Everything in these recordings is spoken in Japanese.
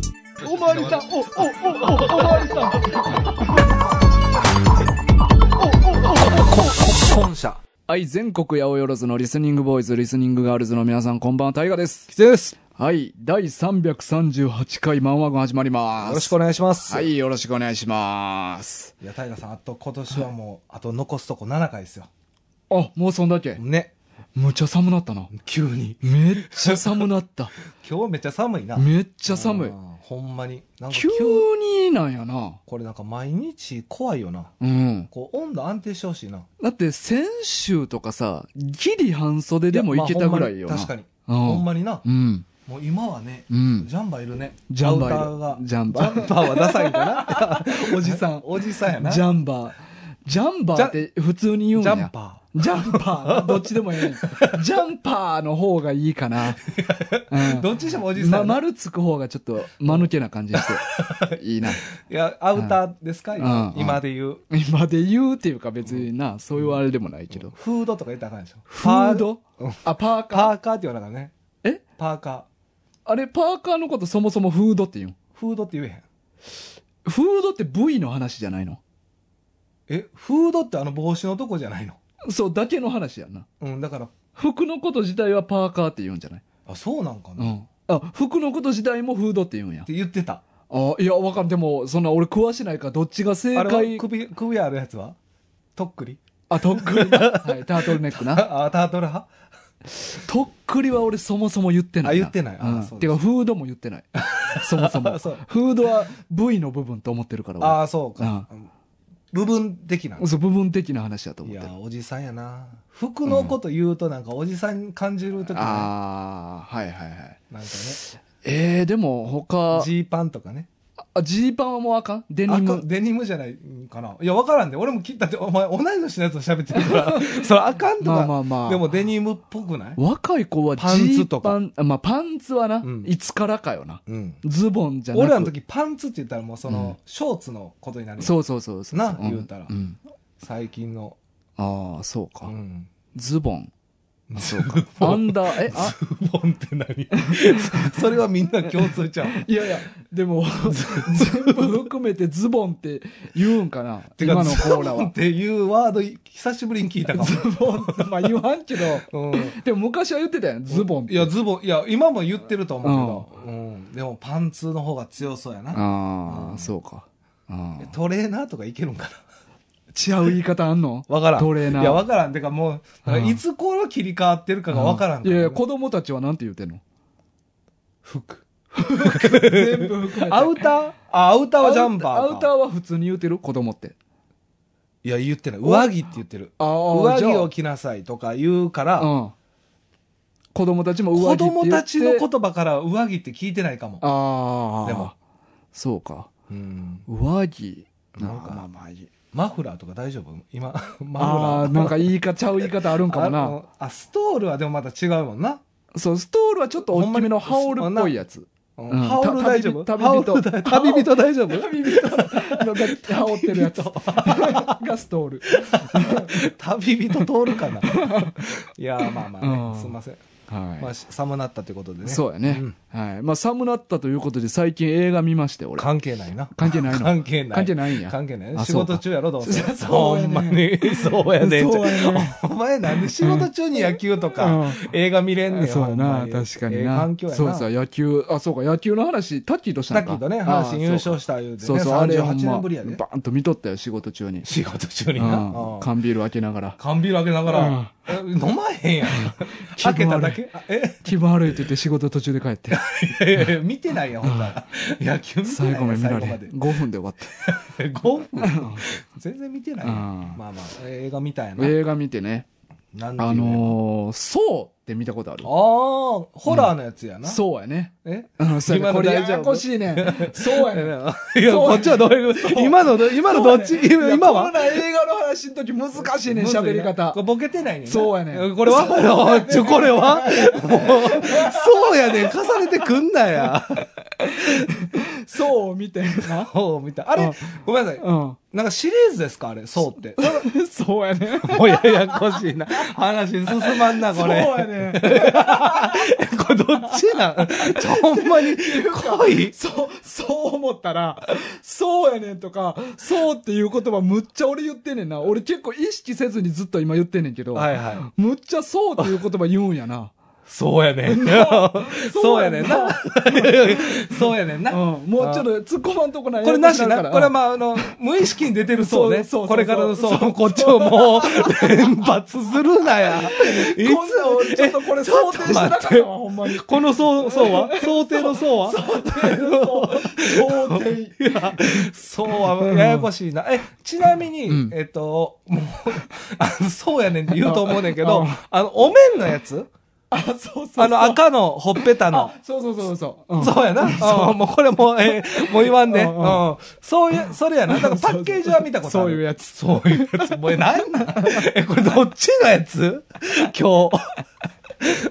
まりさん、お、お、お、お、おまりさん。本社。はい、全国八百万のリスニングボーイズ、リスニングガールズの皆さん、こんばんは、タイガです。きつです。はい、第338回マンワゴン始まります。よろしくお願いします。は。い、よろしくお願いします。いや、タイガさん、あと今年はもう、あと残すとこ7回ですよ。あ、もうそんだけ。ね。むっちゃ寒なったな。急に。めっちゃ寒な った。今日めっちゃ寒いな。っめっちゃ寒い。。ほんまに。なんか急急になんやな。これなんか毎日怖いよな。うん。こう、温度安定してほしいな。だって先週とかさ、ギリ半袖でもいけたぐらいよな。やまあほんまに確かに。うんほんまにな。うん。もう今はね、うん。ジャンバーいるね。ジャンバアウターがーいる。ジャンジバャンバーはダサいんかな おじさん。おじさんやな。ー。ジャンバー。ジャンバーって普通に言うんジや。ャンパジャンパー。 どっちでもいい。ジャンパーの方がいいか な。うー。んどっちにしてもおじさんま、やな。丸つく方がちょっと、間抜けな感じして。いいな。 いや、アウターですか、う今ん今で言う。今で言うっていうか別にな、そういうあれでもないけど。フードとか言ったらあかんでしょ。フードパーあ、パーカー。パーカーって言わなあかんね。えパーカあれ、パーカーのことそもそもフードって言うんー。フードって言えへん。フードって部位の話じゃないのえ、フードってあの帽子のとこじゃないのそう、だけの話やんな。うん、だから、服のこと自体はパーカーって言うんじゃないあ、そうなんかな、うっん。あ、服のこと自体もフードって言うんや。て言ってた。あ、いや、わかん。でも、そんな俺食わしないからどっちが正あれ解は。首、首あるやつはとっくりあ、とっ くりな。はい、タートルネックな。あ、あタートル派とっくりは俺そもそも言ってないな。あ言ってないあうんそうてですか、フードも言って ない。そもそも。そうフードは部位の部分と思ってるから俺ああ、そうか。部分的な。そう、部分的な話だと思いってるや。、おじさんやな。服のこと言うとなんかおじさんに感じるときね、なんかああ、はいはいはい。ね、えー、でも他、ジーパンとかね。あジーパンはもうあかんデニあかムん。デニムじゃないんかな。いや、わからんで、俺も切ったって、お前、同い年のやつと喋ってるから、 それあかんとか。まあまあまあでもデニムっぽくない若い子はジパンツーとパかン、あまあパンツはな、んいつからかよな。うん。ズボンじゃなく俺らの時パンツって言ったらもうその、ショーツのことになる。そうそうそうそう。なうん言うたらん最近の。ああ、そうか。うん。ズボン。そうか。 アンダー、え、あ、ズボンって何 それはみんな共通ちゃう。いやいや、でも、全部含めてズボンって言うんかなて 今か、のコズーラボンっは。ていうワード、久しぶりに聞いたかも。 ズボンまあ言わんけど、うん。でも昔は言ってたやん、ズボンっていや、ズボン、いや、今も言ってると思うけど。うん。でも、パンツの方が強そうやな。ああ、そうか。ああトレーナーとかいけるんかな違う言い方あんのわからん。トレーナーいや、わからん。てかもう、だからうんいつ頃切り替わってるかがわからんいからやねいや、子供たちはなんて言うてんの服。全部含めて。アウターあ、アウターはジャンパーか。アウターアウターは普通に言うてる子供って。いや、言ってない。上着って言ってる。あ上着を着着なさいとか言うかた。ら、うん。子供たちも上着子って言って供たちの言葉から上着って聞いてないかも。ああ。でも。そうか。うん上着。なんかまあまあまあいい。マフラーとか大丈夫今、あマあ、フラなんー。か言い方、ちゃう言い方あるんかもあな。のあ、ストールはでもまた違うもんな。そう、ストールはちょっと大きめのハオルっぽいやつ。うんうん羽織る大丈夫旅羽織人る大旅人大丈夫旅人のが羽織ってるやつ。がストール。旅人通る かないやーまあまうあねんすいません。まはあ、し寒なったということでい。ね。そうやね。はい。まあ寒なったということで最近映画見まして、俺。関係ないな。関係ないの関係ない。関係ないんや関係ないあ仕そうか事中やろ、どうせ。 そうやねほんまに。そうやねんそうやねお前なんで仕事中に野球とうかん、映画見れんねん。そうやほんなま、に確かえにえな。環境やな。そうそう、野球、あ、そうか、野球の話、タッキーとしたさんっかきとね、ああ阪神優勝したいうてそうね、かそうそう、あれ、ほ38んま年ぶりやで。バーンと見とったよ、仕事中に。仕事中うにんな。うん缶ビール開けながら。缶ビール開けながら、え飲まへん やん。開けただけあえ気分悪いって言って仕事途中で帰 って。いやいや見てないやん、ほんなら。野球見てな最いや後まん、で見ら最れ後へまんで。 5分で終わった。 5分全然見てないやん。うんまあまあ、映画みたいな。映画見てね、なんていうあののー、そうって見たことあるああ、ホラーのやつやな。そうやね。えうんそうやね今のこれ大や丈夫やこしい ね。そうやね。 いや、こっちはどういう、今のど、今のどっち、そうやねい今やこんはな映画の話の時難しいね、喋り方これ。ボケてないねんな。そうやねんこれはちょ、 これは もう、そうやねん。重ねてくんなや。そうみたいな。そうみたいあれあごめんなさいうん。なんかシリーズですかあれそう って そうやね。もうややこしいな話進まんなそこうれやね。 これどっちなん ちょほんまに恋 そう、そう思ったら、そうやねんとか、そうっていう言葉むっちゃ俺言ってんねんな。俺結構意識せずにずっと今言ってんねんけど、はいはいむっちゃそうっていう言葉言うんやな。そうやねん そうやねんな そうやねんなうん。もうちょっと突っ込まんとこないこれなしな。これまはまあ、あの、無意識に出てるそうね。そうそうそうそうこれからのそう、こっちをもう、連発するな や。いこんな俺ちょっとこれちょ想っ定としてなかっ待ってたわ、ほんまに。つこのそう、 そうは想定のそうは想定。そうは、ややこしいな。え、ちなみに、うんえっと、もう、あの、そうやねんって言うと思うねんけうどん、あの、お面のやつあ、そうそうそう。あの、赤の、ほっぺたの。そうそうそうそう。うんそうやな。うんもうこれもう、え ーもう言わんで。ううん。うんそういう、 それやな。だからパッケージは見たことある。そういうやつそういうやつ。もうなん なんえ、これどっちのやつ今日。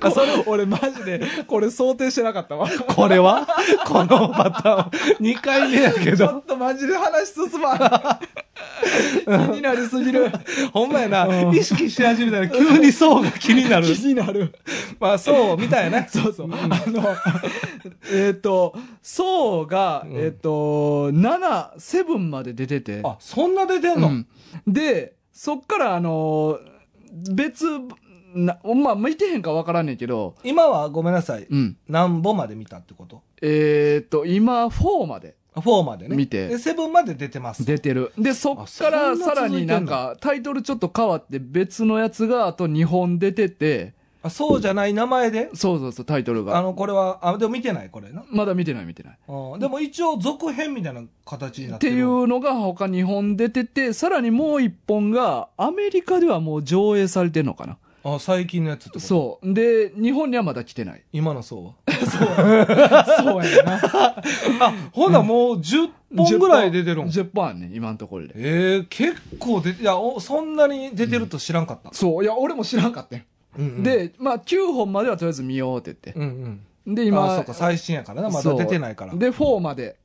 あそれ俺マジで、これ想定してなかったわ。これはこのパターン。2回目やけちょど。っとマジで話進まん。気になりすぎる。ほんまやうな。ん意識し始めたら急にそうが気にな気る。になる。まあそう、みたいな。そうそう。あの、えっと、そうが、うんえっと、7、7まで出てて。あ、そんな出てんうのんで、そっからあの、別、なまあ、見てへんかわからんねんけど、今はごめんなさい。うん。何本まで見たってことえっと、今、4まで。 ?4 までね。見てで、7まで出てます。出てる。で、そっからあそんなさらになんか、タイトルちょっと変わって、別のやつがあと2本出てて、あ、そうじゃない名前でそうそうそう、タイトルあが。の、これは、あ、でも見てない、これな。まだ見てない見てない。うんでも一応続編みたいな形になっっててる。いうのが他2本出てて、さらにもう1本が、アメリカではもう上映されてんのかな。あ、最近のやつってことう。そう。で、日本にはまだ来て ない。今のそうは。そうやな。あ、ほなもう10本ぐらい出てるん。 10本あんねん、今のところで。えー、結構出て、いや、おそんなに出てると知らんかった。そう。いや、俺も知らんかったよ。うんうん、で、まあ、9本まではとりあえず見ようって言って。うんうん。で、今、今、そうか、最新やからな。まだ出てないから。そうで、4まで、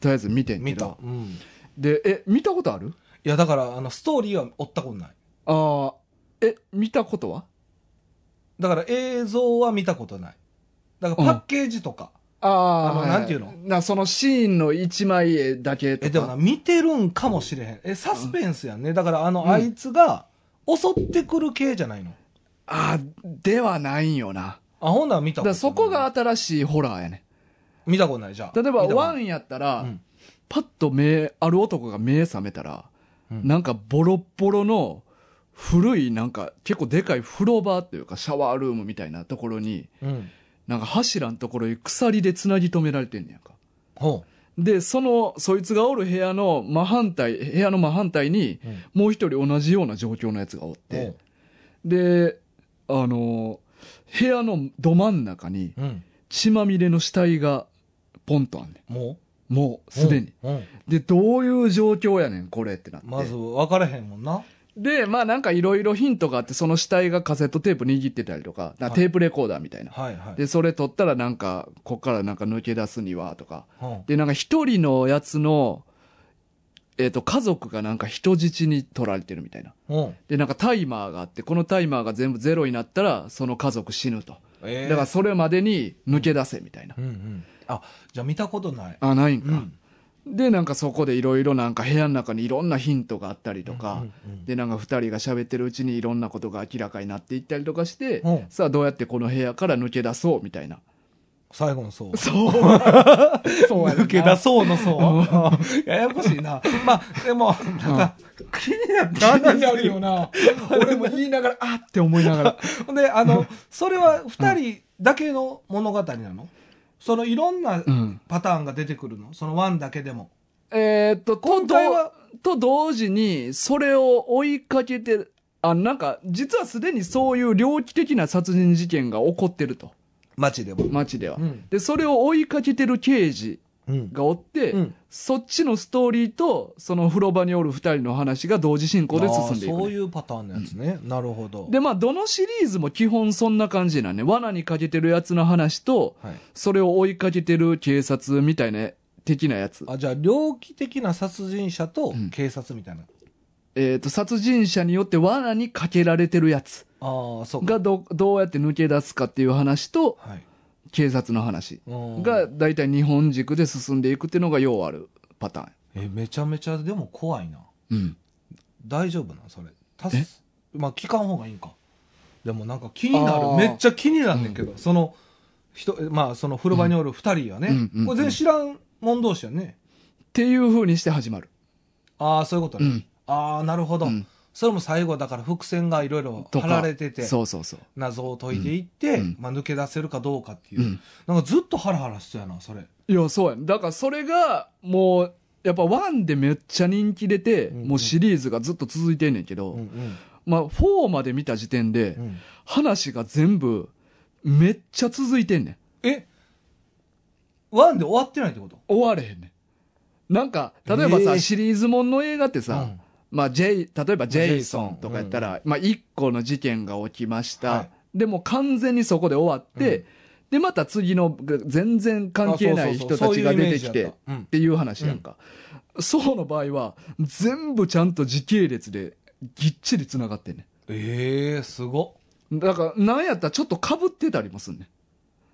とりあえず見てんけ見たど。。うん。いで、え、見たことあるや、だから、あの、ストーリーは追ったことない。ああ、え、見たことはだから映像は見たことない。だからパッケージとか。あああのはなんていうのな、そのシーンの一枚絵だけとか。え、でもな、見てるんかもしれへん。え、サスペンスやんね。だから、あの、あいつが襲ってくる系じゃないの。ああ、ではないんよな。あ、ほんなら見だかたことらない。そこが新しいホラーやね。見たことないじゃん。例えば、見たことワないンやったら、うんパッと目、ある男が目覚めたら、うんなんかボロッボロの、古い、なんか、結構でかい風呂場っていうか、シャワールームみたいなところに、うん。なんか柱のところに鎖で繋ぎ止められてんねやんか。ほで、その、そいつがおる部屋の真反対、部屋の真反対に、う。もう一人同じような状況のやつがおって、で、あの、部屋のど真ん中にうん。血まみれの死体がポンとあんねもん。もううすでに。。うん。で、どういう状況やねん、これってなって。まず分からへんもんな。で、まあなんかいろいろヒントがあって、その死体がカセットテープ握ってたりとか、なはいテープレコーダーみたいな。はいはい。で、それ取ったらなんか、こっからなんか抜け出すにはとか。うん、で、なんか一人のやつの、えっ、と、家族がなんか人質に取られてるみたいな。うん。で、なんかタイマーがあって、このタイマーが全部ゼロになったら、その家族死ぬと。えだーからそれまでに抜け出せみたいな。うんうん。あ、じゃあ見たことない。あ、ないんうか。ん。で、なんかそこでいろいろなんか部屋の中にいろんなヒントがあったりとか、うんうんで、なんか二人が喋ってるうちにいろんなことが明らかになっていったりとかして、うんさあどうやってこの部屋から抜け出そうみたいな。最後のそう。そう。そうや抜け出そうのそうう。ややこしいな。まあ、でも、なんか、気になった気になるよな。 俺も言いながら、あって思いながら。ほんで、あの、それは二人だけの物語なのそのいろんなうん。パターンが出てくるのそのワンだけでも。えーっと、と今回はと同時に、それを追いかけて、あ、なんか、実はすでにそういう猟奇的な殺人事件が起こってると。街でも。街では。うんで、それを追いかけてる刑事うん。がおって、うんそっちのストーリーと、その風呂場におる二人の話が同時進行で進んでいくね、あーそういうパターンのやつね、なるほどで、まあ、どのシリーズも基本そんな感じなんね。罠にかけてるやつの話と、はいそれを追いかけてる警察みたいな的なやつ。あじゃあ猟奇的な殺人者とうん警察みたいな、えっ、と、殺人者によって罠にかけられてるやつああそうかがどどうやって抜け出すかっていう話と、はい、警察の話うんが大体日本軸で進んでいくっていうのがようあるパターン。えめちゃめちゃでも怖いなうん。大丈夫なんそれたえすまあ聞かん方がいいんかでもなんか気になあーるめっちゃ気になんねんけど、その人まあその風呂場におる2人はね、うんうんうんこれ全然知らん者同士やねっていう風にして始まる。ああそういうことね、うんああなるほど、うんそれも最後だから伏線がいろいろと張かられててそうそうそう。謎を解いていって、うんまあ、抜け出せるかどうかっていう、うんなんかずっとハラハラしそうやなそれいや、そうやん。だからそれが、もう、やっぱワンでめっちゃ人気出て、うんうんもうシリーズがずっと続いてんねんけど、んまあ4まで見た時点で、ん、話が全部、めっちゃ続いてんねん。えワンで終わってないってこと終われへんねん。なんか、例えばさ、えーシリーズもんの映画ってさ、うんまあ、ジェイ、例えばジェイソジェイソンンとかやったら、まあ、一個の事件が起きました。はいでも完全にそこで終わって、うんで、また次のが全然関係ない人たちが出てきて、っあそうそうそうそういうイメージやったうんていう話やんか。そうの場合は、全部ちゃんと時系列でぎっちり繋がってんねええー、すごっん。だから、なんやったらちょっと被ってたりもすんね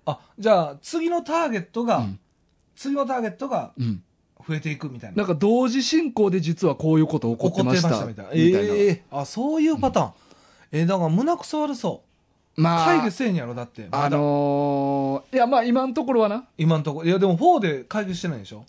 あじゃあ次のターゲットが、うん次のターゲットがん。うん。増えていくみたいななんか同時進行で実はこういうこと起こってました。みたいなええー、あそういうパターン、えー、だから胸くそ悪そうまあ、解決せえんやろだってまだあのーいや、まあ今のところはな、今のところいやでも4で解決してないでしょ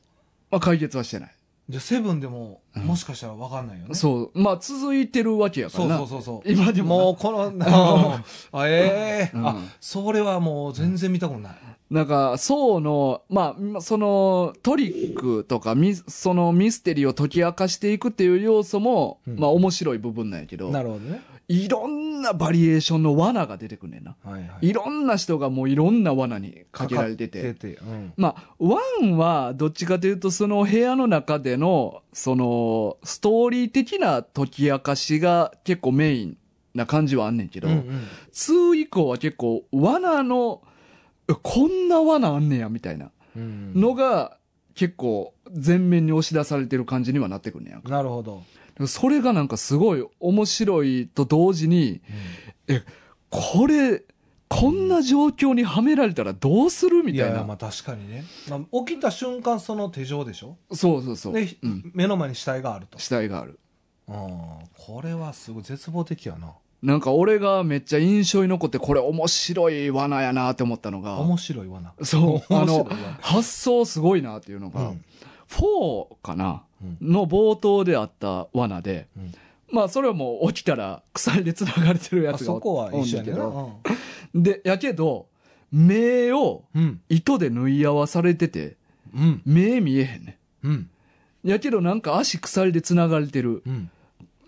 まあ解決はしてない。じゃあセブンでも、うんもしかしたら分かんないよねそう。まあ続いてるわけやからそうな。そうそうそう今でもなもうこのあええうんあそれはもう全然見たことない、なんか、そうの、まあ、そのトリックとかミス、そのミステリーを解き明かしていくっていう要素も、うんまあ面白い部分なんやけど、るほどねいろんなバリエーションの罠が出てくんねんな。はいはいいろんな人がもういろんな罠にかけられてて。かかっててうんまあ、ワンはどっちかというとその部屋の中での、その、ストーリー的な解き明かしが結構メインな感じはあんねんけど、うんうんツー以降は結構罠の、えこんな罠あんねやみたいなうんのが結構前面に押し出されてる感じにはなってくんねやんなるほど、か。それがなんかすごい面白いと同時に、これ、こんな状況にはめられたらどうするみいたやいいな。やまあ確かにね、まあ、起きた瞬間その手錠でしょそうそうそう。で、うん。目の前に死体があると死体がある。うんこれはすごい絶望的やななんか俺がめっちゃ印象に残ってこれ面白い罠やなって思ったのが、面白いわなそう、あ面白いのわ、発想すごいなっていうのうがん、 4かなうんの冒頭であった罠で、うんまあそれはもう起きたら鎖で繋がれてるやあつがそおこはおん一だ緒やけねんなど、で、やけど、目をうん糸で縫い合わされてて、うん目見えへんねうんん。やけどなんか足鎖で繋がれてる。うん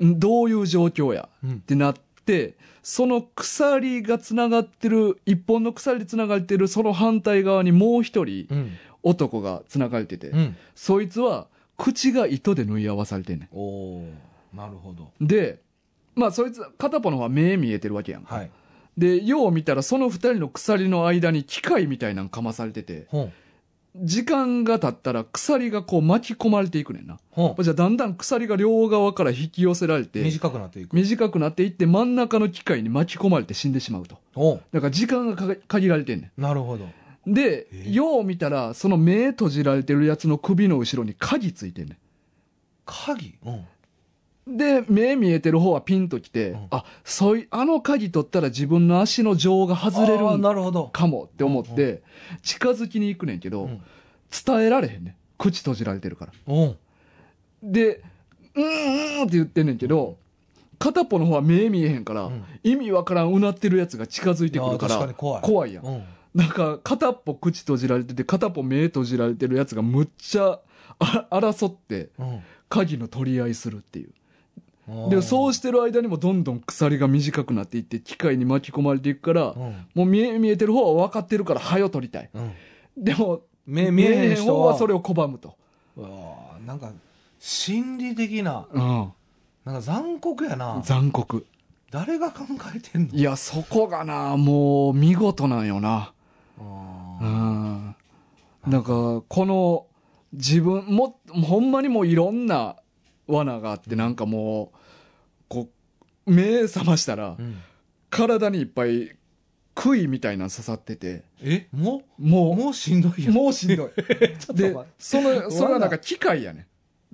んどういう状況やうっんてなって、その鎖が繋がってる、一本の鎖で繋がれてる、その反対側にもう一人、うん男が繋がれてて、うんそいつは、口が糸で縫い合わされてんねおおーなるほどん。で、まあそいつ、片方の方は目見えてるわけやんか。はいで、よう見たらその二人の鎖の間に機械みたいなんかまされてて、ほん時間が経ったら鎖がこう巻き込まれていくねんな。ほんじゃあだんだん鎖が両側から引き寄せられて、短くなっていく短くなっていって真ん中の機械に巻き込まれて死んでしまうと。おうだから時間がか限られてんねん。なるほどで、えーよう見たら、その目閉じられてるやつの首の後ろに鍵ついてんね鍵うんん。で、目見えてる方はピンときて、うんあ、そうい、あの鍵取ったら自分の足の錠が外れあるーんなるほどかもって思って、近づきに行くねんけど、うん伝えられへんねん。口閉じられてるから。おうで、うーんうーんって言ってんねんけど、片っぽの方は目見えへんから、うん意味わからんうなってるやつが近づいてくるかいやー確からに、怖い怖いやん。うんなんか、片っぽ口閉じられてて、片っぽ目閉じられてるやつがむっちゃあ争って、うん鍵の取り合いするっていう。おで、そうしてる間にもどんどん鎖が短くなっていって、機械に巻き込まれていくから、うんもう見え、見えてる方は分かってるから、早よ取りたい。うんでも、目見えへん人方ははそれを拒むと。うわーなんか心理的なうん。なんか残酷やな残酷。誰が考えてんのいや、そこがな、もう、見事なんよな。あうーん。なんか、この、自分もほんまにもういろんな罠があってなんかもうこう目覚ましたらうん体にいっぱい杭みたいなの刺さっててえもうももうしんどいうやんもうしんどいちょっと待でってその それはなんか機械やね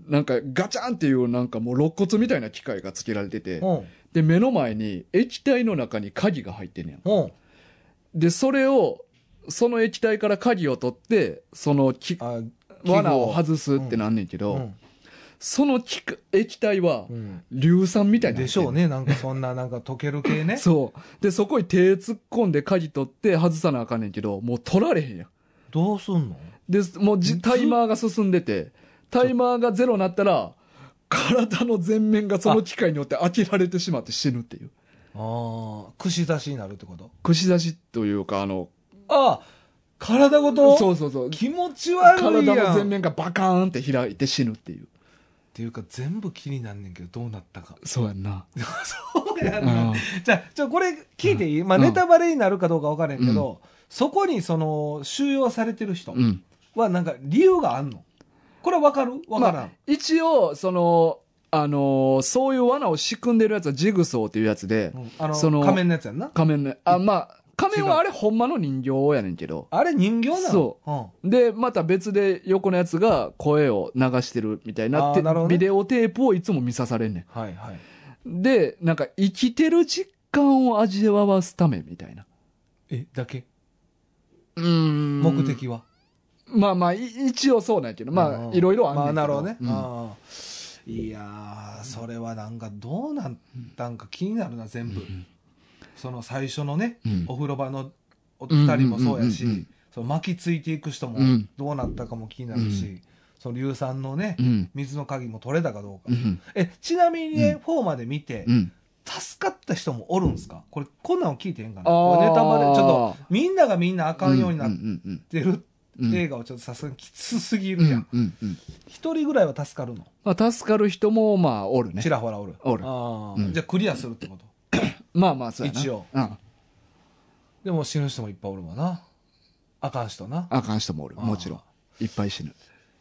なんかガチャンっていうなんかもう肋骨みたいな機械がつけられててうんで目の前に液体の中に鍵が入ってんねんうんでそれをその液体から鍵を取ってそのきあ罠を外すってなんねんけど、うんその気化液体はうん硫酸みたいなの入ってんねんでしょうねなんかそんななんか溶ける系ねそうでそこに手突っ込んで鍵取って外さなあかんねんけどもう取られへんやんどうすんのでもうじタイマーが進んでてタイマーがゼロになったら体の全面がその機械によって開けられてしまって死ぬっていうああ串刺しになるってこと串刺しというかあのああ体ごとそうそうそう気持ち悪体いやのん全っ面がバカーンって開いて死ぬっていうていうか全部気になんねんけどどうなったかそうやんなそうやうんじゃあちょこれ聞いていい、まあ、うんネタバレになるかどうか分からへんけど、そこにその収容されてる人うんはなんか理由があんのこれ分かる分からん、まあ、一応そのあのーそういう罠を仕組んでるやつはジグソーっていうやつで、うんあのその仮面のやつやんな仮面のあまあ仮面はあれほんまの人形やねんけどあれ人形なのそうん、でまた別で横のやつが声を流してるみたいなあーてなるほどねビデオテープをいつも見さされんねはいはいんでなんか生きてる実感を味わわすためみたいなえだけうん目的は、まあまあい一応そうなんやけどまうんあいろいろあんねんまけどあなるほどね、うんあーいやーそれはなんかどうなったんか気になるな全部、んその最初のね、うんお風呂場のお二人もそうやし、うんうんうんうんその巻きついていく人もうんどうなったかも気になるし、うその硫酸のね、うん水の鍵も取れたかどうか、うんえちなみにね、う4まで見て、うん助かった人もおるんですかこれこんなん聞いてへんかなあーこれネタバレちょっとみんながみんなあかんようになっうんうんてるうん映画はちょっとさすがにきつすぎうるやんんうんうん一人ぐらいは助かるのまあ助かる人もまあおるねちらほらおるおるあうーんじゃあクリアするってことまあまあそうやな一応うんでも死ぬ人もいっぱいおるわなあかん人なあかん人もおるあーもちろんいっぱい死ぬ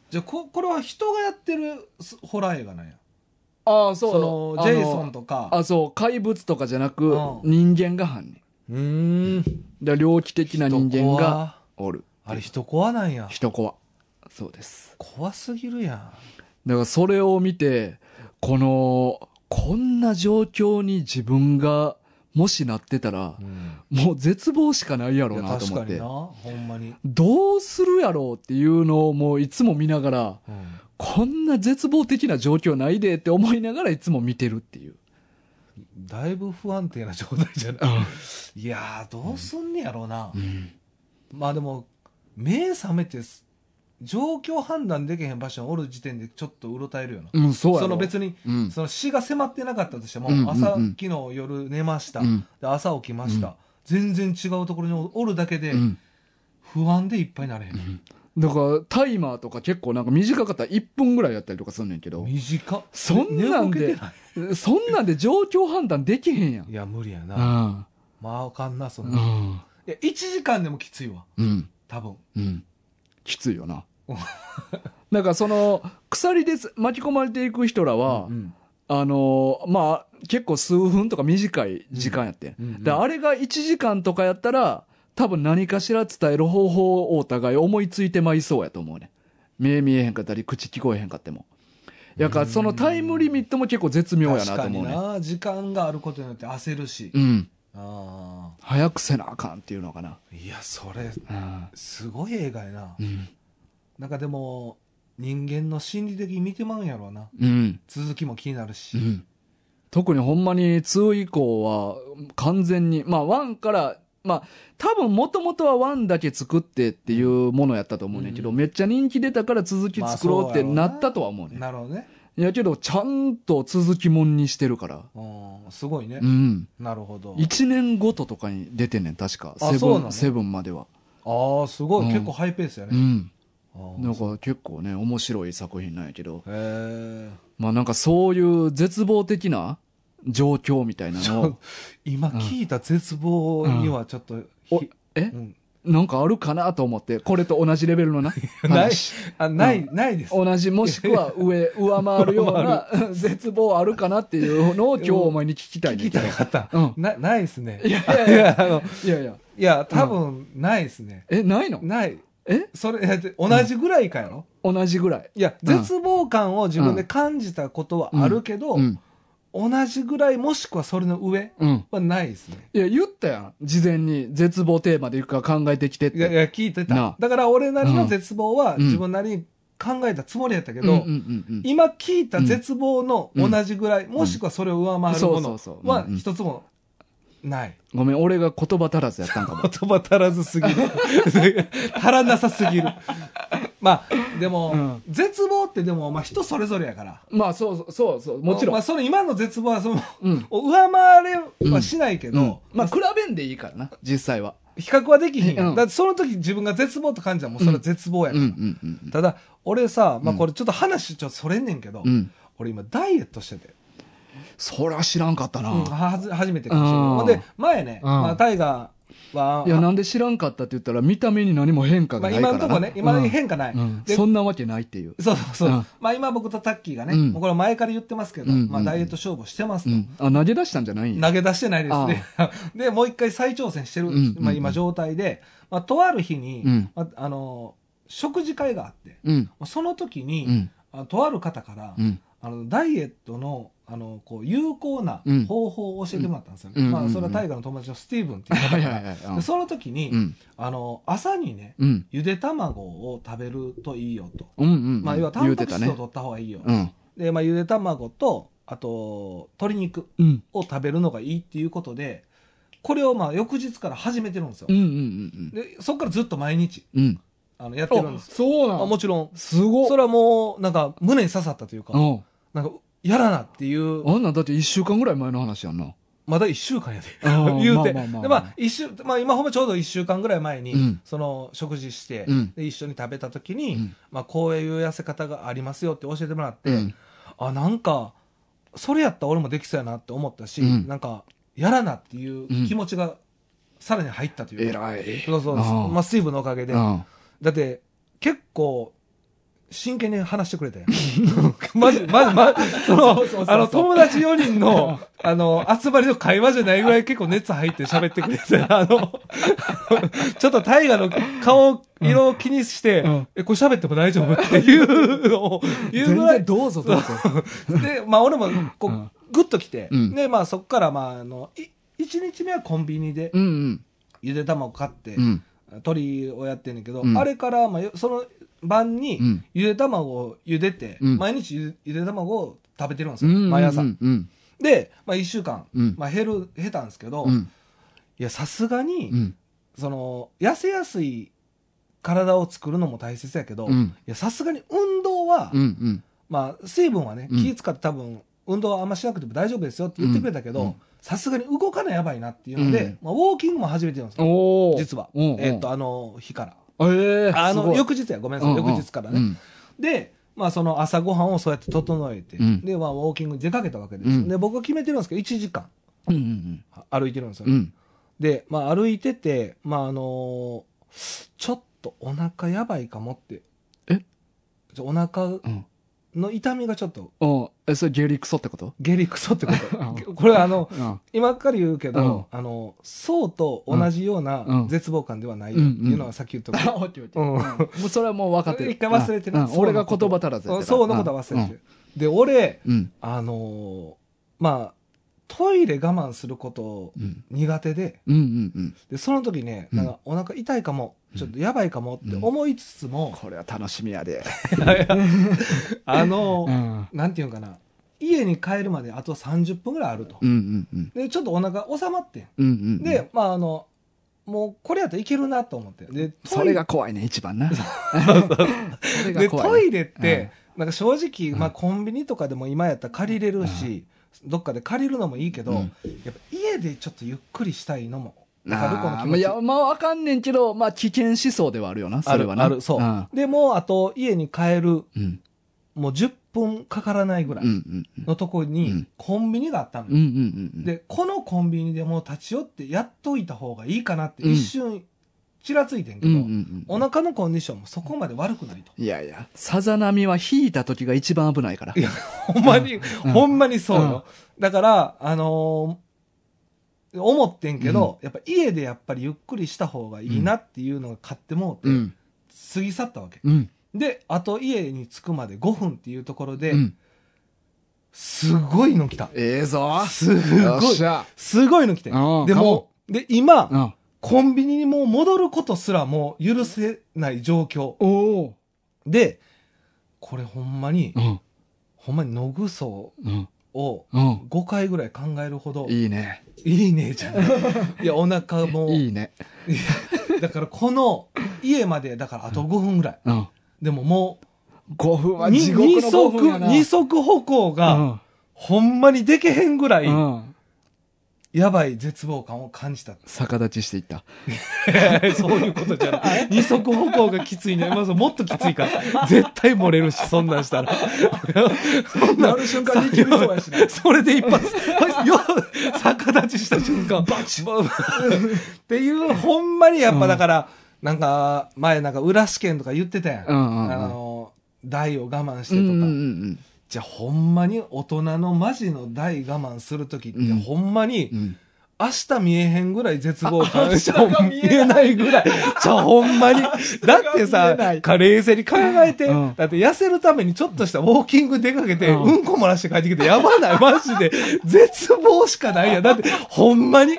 じゃあここれは人がやってるすホラー映画なんやああそそのジェイソンととかあそう怪物とかじゃなくう人間が犯人うんで猟奇的な人間がおるあれ人怖なんや人怖そうです怖すぎるやんだからそれを見てこのこんな状況に自分がもしなってたらもう絶望しかないやろういやなと確思かっにてなほんまにどうするやろうっていうのをもういつも見ながらうんこんな絶望的な状況ないでって思いながらいつも見てるっていうだいぶ不安定な状態じゃない いやーどうすんねやろうな、まあでも目覚めてす状況判断できへん場所におる時点でちょっとうろたえるよな、うんそうやろその別に、うんその死が迫ってなかったとしても、うんうんうん朝昨日夜寝ました、うんで朝起きましうた、ん全然違うところにおおるだけでうん不安でいっぱいになれへん、だからタイマーとか結構なんか短かったら1分ぐらいやったりとかすんねんけど短っそんなん寝ぼけでてないそんなんで状況判断できへんやんいや無理やな、うんまああかんなそんうな、いんや1時間でもきついわうん多分うんきついよ ななんかその鎖です巻き込まれていく人らは、うんあのーまあ結構数分とか短い時間やってん、うんうんであれが1時間とかやったら多分何かしら伝える方法をお互い思いついてまいそうやと思うね目見えへんかったり口聞こえへんかってもやからそのタイムリミットも結構絶妙や確なとか思にうねな時間があることによって焦るし、うんあ早くせなあかんっていうのかなあいやそれうんすごい映画やな、うん、なんかでも人間の心理的に見てまうんやろうなうん続きも気になるし、うん、特にほんまに2以降は完全にまあ1からまあ多分もともとは1だけ作ってっていうものやったと思うねんけど、うんめっちゃ人気出たから続き作ろうってなったとは思うねん、なるほどね、やけどちゃんと続きもんにしてるからうん、すごいね、うんなるほど1年ごととかに出てんねん確かあセそうなブのンセブンまではああすごい、うん結構ハイペースやうね、んあーなんか結構ね面白い作品なんやけどへえまあなんかそういう絶望的な状 況みたいなのを今聞いた絶望にはちょっと、おひえうんなんかあるかなと思って、これと同じレベルのな。 ない話、あない、ないです。同じ、もしく は上、上回るようなうん 絶望あるかなっていうのを今日お前に聞きたいね聞んきけたど。かった。うんなないですね。いやいやいいや や、あの、いやいや。いや、多分、ないですね。え、ないのない。えそれ、え同じぐらいかやろ、同じぐらい。いや、絶望感を自分で感じたことはあるけど、うん。同じぐらいもしくはそれの上うん。はないですね。いや、言ったやん。事前に絶望テーマでいくか考えてきてって。いやいや、聞いてなたあ。だから俺なりの絶望はうん自分なりに考えたつもりやったけうんうんどう、ん今聞いた絶望の同じぐらい、もしくはそれを上回るもそうのそうそうはうんうん一つもない。うん。ごめん、俺が言葉足らずやったんかも。言葉足らずすぎる。 足らなさすぎる。まあ、でうもん、絶望ってでも、まあ人それぞれやから。まあ、そうそうそうそう、もちろん。まあその今の絶望はその、うん。上回れはしないけうんど、まあ、比べんでいいからな、実際は。比較はできひんやんうんだってその時自分が絶望と感じたらもうそれは絶望やから。んうんただ、俺さ、まあうんこれちょっと話ちょっとそれんねんけど、うん。俺今ダイエットしてて、そりゃ知らんかったな。うんはじ初めてかもしれうんないほんで、前ね、うんまあタイガーは、いや、なんで知らんかったって言ったら、見た目に何も変化まがなあいか今らな。のとこね、今に変化ない。うんうんでそんなわけないっていう。そうそうそう。うんまあ今僕とタッキーがね、うんもうこれ前から言ってますけど、うんまあダイエット勝負してますうと。ん。あ、投げ出したんじゃないんや。投げ出してないですね。 で、もう一回再挑戦してる、うんうんうんまあ今状態で、まあとある日に、うんまあ、あの、食事会があって、うん。まあその時うに、ん。あのとある方から、うん。あのダイエットのあのこう有効なうん方法を教えてもらったんですよ、うんまうあ、んそれは大河の友達のスティーブンっていう方はかいらはいはい。で その時に、うん。あの朝にねうん。ゆで卵を食べるといいよと、うんうん。まあ、要はタ言ンうてパクた質をね。取った方がいいよ、うん。でまあ、ゆで卵とあと鶏肉うん。を食べるのがいいっていうことでこれをまあ翌日から始めてるんですよ、うんうんうんでそこからずっと毎日うん。うん。あのやってるんですそうあもちろんすごっそれはもうなんか胸に刺さったというか、うん。なんかやらなっていうあんなんだって一週間ぐらい前の話やんな。まだ1週間やで。あー言うて。まあまあまあで、まあ、一週、まあ、今ほんまちょうど1週間ぐらい前に、うんその、食事して、うんで、一緒に食べた時に、うんまあ、こういう痩せ方がありますよって教えてもらって、うん。あ、なんか、それやったら俺もできそうやなって思ったし、うんなんか、やらなっていう気持ちが、さらに入ったというか、偉い。そうそう、うんまあ、水分のおかげで、うん。だって、結構、真剣に話してくれたやん。 マジ、マジ、マジ、そのそうそうそう、あの、友達4人の、あの、集まりの会話じゃないぐらい結構熱入って喋ってくれて、あの、 ちょっと大河の顔色を気にして、うんえ、これ喋っても大丈夫っていうのを言うぐ全ら然い。どうぞどうぞ。で、まあ俺も、こうんう、ぐっと来て、うんで、まあそこから、まあ、あの、い1日目はコンビニでうんうん。ゆで卵買って、うん。鳥をやってんねんけど、うんあれから、まあ、よその晩うにんゆで卵を茹でて、うん毎日ゆゆで卵を食べてるんですうよ、ん。毎朝、うんうん。で、まあ、1週間、うんまあ、減る減ったんですけど、ういん。やさすがに、うん。その痩せやすい体を作るのも大切やけど、ういん。やさすがに運動は、うんうん。まあ、水分はねうん気使って多分運動はあんましなくても大丈夫ですよって言ってくれたけうんうどんさすがに動かなやばいなっていうので、うんまあ、ウォーキングも始めてるんですよおお。実は、うんうんえっとあの日から。ええ。 あすごの、い翌日や、ごめんなうさい、んうん翌日からね。で、まあ、その朝ごはんをそうやって整えて、うんで、まあ、ウォーキングに出かけたわけでうす。んで、僕は決めてるんですけど、1時間うんうん歩いてるんですようん。うね。ん。で、まあ、歩いてて、まあ、あのーちょっとお腹やばいかもって。えちょお腹うん。の痛みがちょっと、うん。え、それ下痢クソってこと下痢クソってこ うんと。これ、あの、うん。今から言うけど、あの、そうと同じよううなん絶望感ではないよっていうのはさっき言ったけど あ、オッケーオッケうー。んもうそれはもう分かってる。一回忘れてうなん俺が言葉足らずやそっうたそうのことは忘れてる。で、俺、うん。あのーまあ、トイレ我慢することうん。苦手で、うんうんうん。で、その時ね、うんなんかお腹痛いかも、うんちょっとやばいかもって思いつつも、これは楽しみやで。あのうーん。なんていうんかな、家に帰るまであと30分ぐらいあるとう。んうんうん。で、ちょっとお腹収まってんうんうん。で、、まあ、あの、もうこれやったらいけるなと思って。で、そトれイがレ、怖いね、一番な。 それでがト怖いね。イレって、なんか正直、まあ、コンビニとかでも今やったら借りれるし、どっかで借りるのもいいけど、うんやっぱ家でちょっとゆっくりしたいのも、わかるこのあーま気あ持いち。や、まあわかんねんけど、まあ危険思想ではあるよな、それはな。あるあるそう、んでもうあと家に帰るうん。もう10分かからないぐらうんういんうん。のとこうにんコンビニがあったのうんうよ、んうん。、でこのコンビニでもう立ち寄ってやっといた方がいいかなってうん一瞬ちらついてんけうど、んうんうお腹のコンディションもそこまで悪くないと。ん。いやいや、さざ波は引いた時が一番危ないからい。や、ほんまに、ほんまにそうよ。だから、あのー思ってんけど、やっぱ家でやっぱりゆっくりした方がいいなっていうのが買ってもうて、うん。過ぎ去ったわけ。うん。で、あと家に着くまで5分っていうところで、うん。すごいの来た。ええぞ。すよっごいし。ゃ。すごいの来て。うんで買おうもう、で、今、うん。コンビニにもう戻ることすらもう許せない状況。おお。で、これほんまに、うん。ほんまに野ぐそうん。をうん。 5回ぐらい考えるほど、いいね。いいねじ ゃない。いや、お腹も、いいね。だからこの家まで、だからあと5分ぐらい。うん。でもも5分う、はに地獄二の5分や足、な。二足歩行が、ほんまにでけへんぐらい、うん。うん。やばい絶望感を感じた。逆立ちしていった。 そういうことじゃない。二足歩行がきついね。まずもっときつい から。絶対漏れるし、そんなんしたら。そ んななる瞬間に決めそうやしな それで一発、はいよ逆立ちした瞬間。バチっていう、ほんまにやっぱだから、なんか、前なんか裏試験とか言ってたやん。うんうんうんあの、台を我慢してうんとうんか。うんじゃあほんまに大人のマジの台我慢するときって、うんほんまに、うん。明日見えへんぐらい絶望感じゃ明日が見見えないぐらい。じゃあほんまに。だって見えさない、カレーセリ考えて、うんだって痩せるためにちょっとしたウォーキング出かけて、ううんん、こ漏らして帰ってきて、やばない、マジで。絶望しかないやん。だって、ほんまに。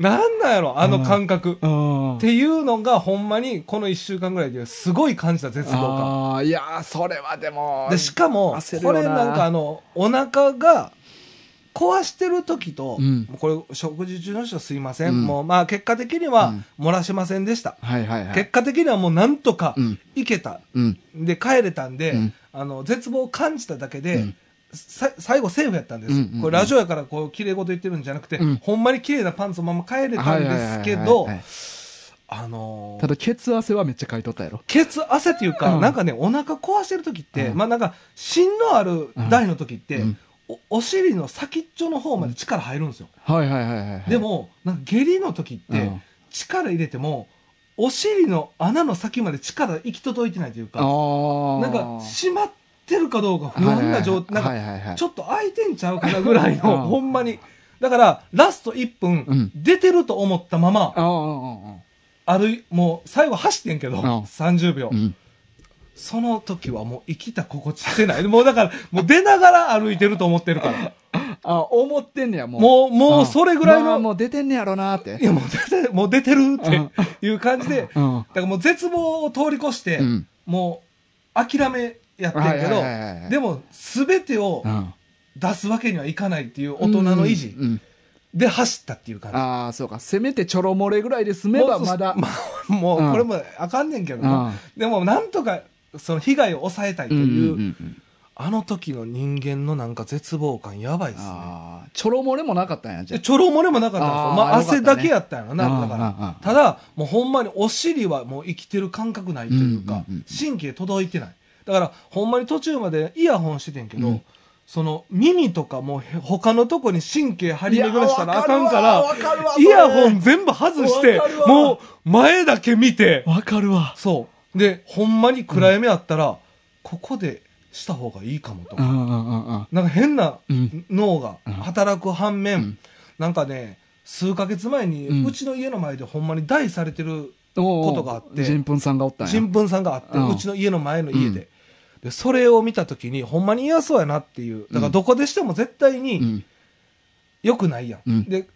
なんなんやろ、あの感覚。うん。っていうのが、ほんまに、この一週間ぐらいですごい感じた絶望感。ああ、いやー、それはでも。で、しかも焦、るよこなれなんかあの、お腹が、壊してる時と、うんこれ食事中の人すいません、うんもうまあ結果的にうはん漏らしませんでした、はいはいはい。結果的にはもうなんとかうん。いけた、うん。で帰れたんで、うんあの絶望を感じただけで、うんさ最後セーフやったんです、うんうんうんこれラジオやからこう綺麗事言ってるんじゃなくて、うんほんまに綺麗なパンツのまま帰れたんですはいはいけはいどはいはいあのーただ、血汗はめっちゃ書いとったやろ。ケツ汗っていうか、うんなんかねお腹壊してる時って、うんまあなんか芯のある台の時って、うんおお尻の先っちょの方まで力入るんですよ、はいはいはいはい。で、もなんか下痢の時って、うん力入れてもお尻の穴の先まで力行き届いてないというあかあ。なんか閉まってるかどうか不安な状態、はいなんかはいはい。ちょっと開いてんちゃうかなぐらいうのんほんまにだからラスト1分、うん出てると思ったままああ、うん歩いもう最後走ってんけど、うん30秒、うんうん。その時はもう生きた心地してないもうだからもう出ながら歩いてると思ってるからあ、思ってんねや、もう。もうもうそれぐらいまあの、もう出てんねやろなーって。いやもう出てもう出てるっていう感じで、うん。だからもう絶望を通り越して、うん。もう諦めやってるけど、はいはいはいはいでも全てをうん出すわけにはいかないっていう大人の維持うんうんで走ったっていう感じ。ああ、そうか。せめてちょろ漏れぐらいで済めばまだ。もう もううんこれもあかんねんけどうんな、でもなんとかその被害を抑えたいとうんういう、んうんあの時の人間のなんか絶望感やばいですね。ああ、ちょろ漏れもなかったんや、じゃでちょろ漏れもなかったんですよ。あーまあ、よかったね汗だけやったんやろな、うんだかうんうんら。ただ、もうほんまにお尻はもう生きてる感覚ないというか、うんうんうん神経届いてない。だから、ほんまに途中までイヤホンしててんけど、うんその耳とかもうへ他のとこに神経張り巡らしたらあかんかいやらわかるわわかるわそイれヤホン全部外してわかるわもう前だけ見てあ。わかるわ。そうでほんまに暗闇あったら、ここでした方がいいかもとうか、んうんうんうん。なんか変なうん。脳がうん働く反面、うんなんかね数ヶ月前に、ううんちの家の前でほんまに大されてるこことがあって人んさんがおったんや。新聞さんがあって、ううんちの家の前の家で,、うんでそれを見た時にほんまに嫌そうやなっていうだからどこでしても絶対うにん。良くないやん、うんで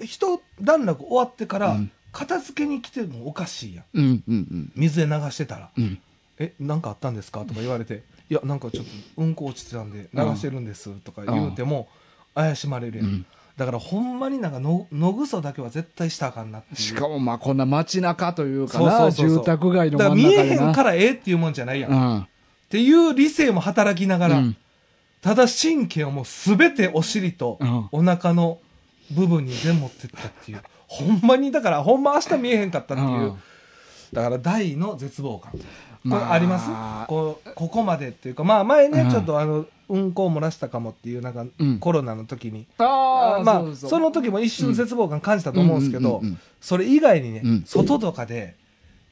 一段落終わってから、うん片付けに来てもおかしいやんうんうんうん。水で流してたらうん。 「えなんかあったんですか?」とか言われて「いやなんかちょっとうんこ落ちてたんで流してるんです」とか言うても怪しまれるやんうんだからほんまになんかののぐそだけは絶対したらあかんなっていうしかもまあこんな街中というかそうそなうそうそう住宅街のだから真ん見中えでなへんからええっていうもんじゃないやん、っうんていう理性も働きながら、うんただ神経をもう全てお尻とうんお腹の部分に全部持ってったっていうほんまにだからほんま明日見えへんかったっていう、うんだから大の絶望感これまああります、こうここまでっていうかまあ前ね、うんちょっとあのうんこを漏らしたかもっていうなんかうんコロナの時に、あーまあうそうの時も一瞬絶望感感じたと思うんですけど、うんうんうんそれ以外にね、うん外とかで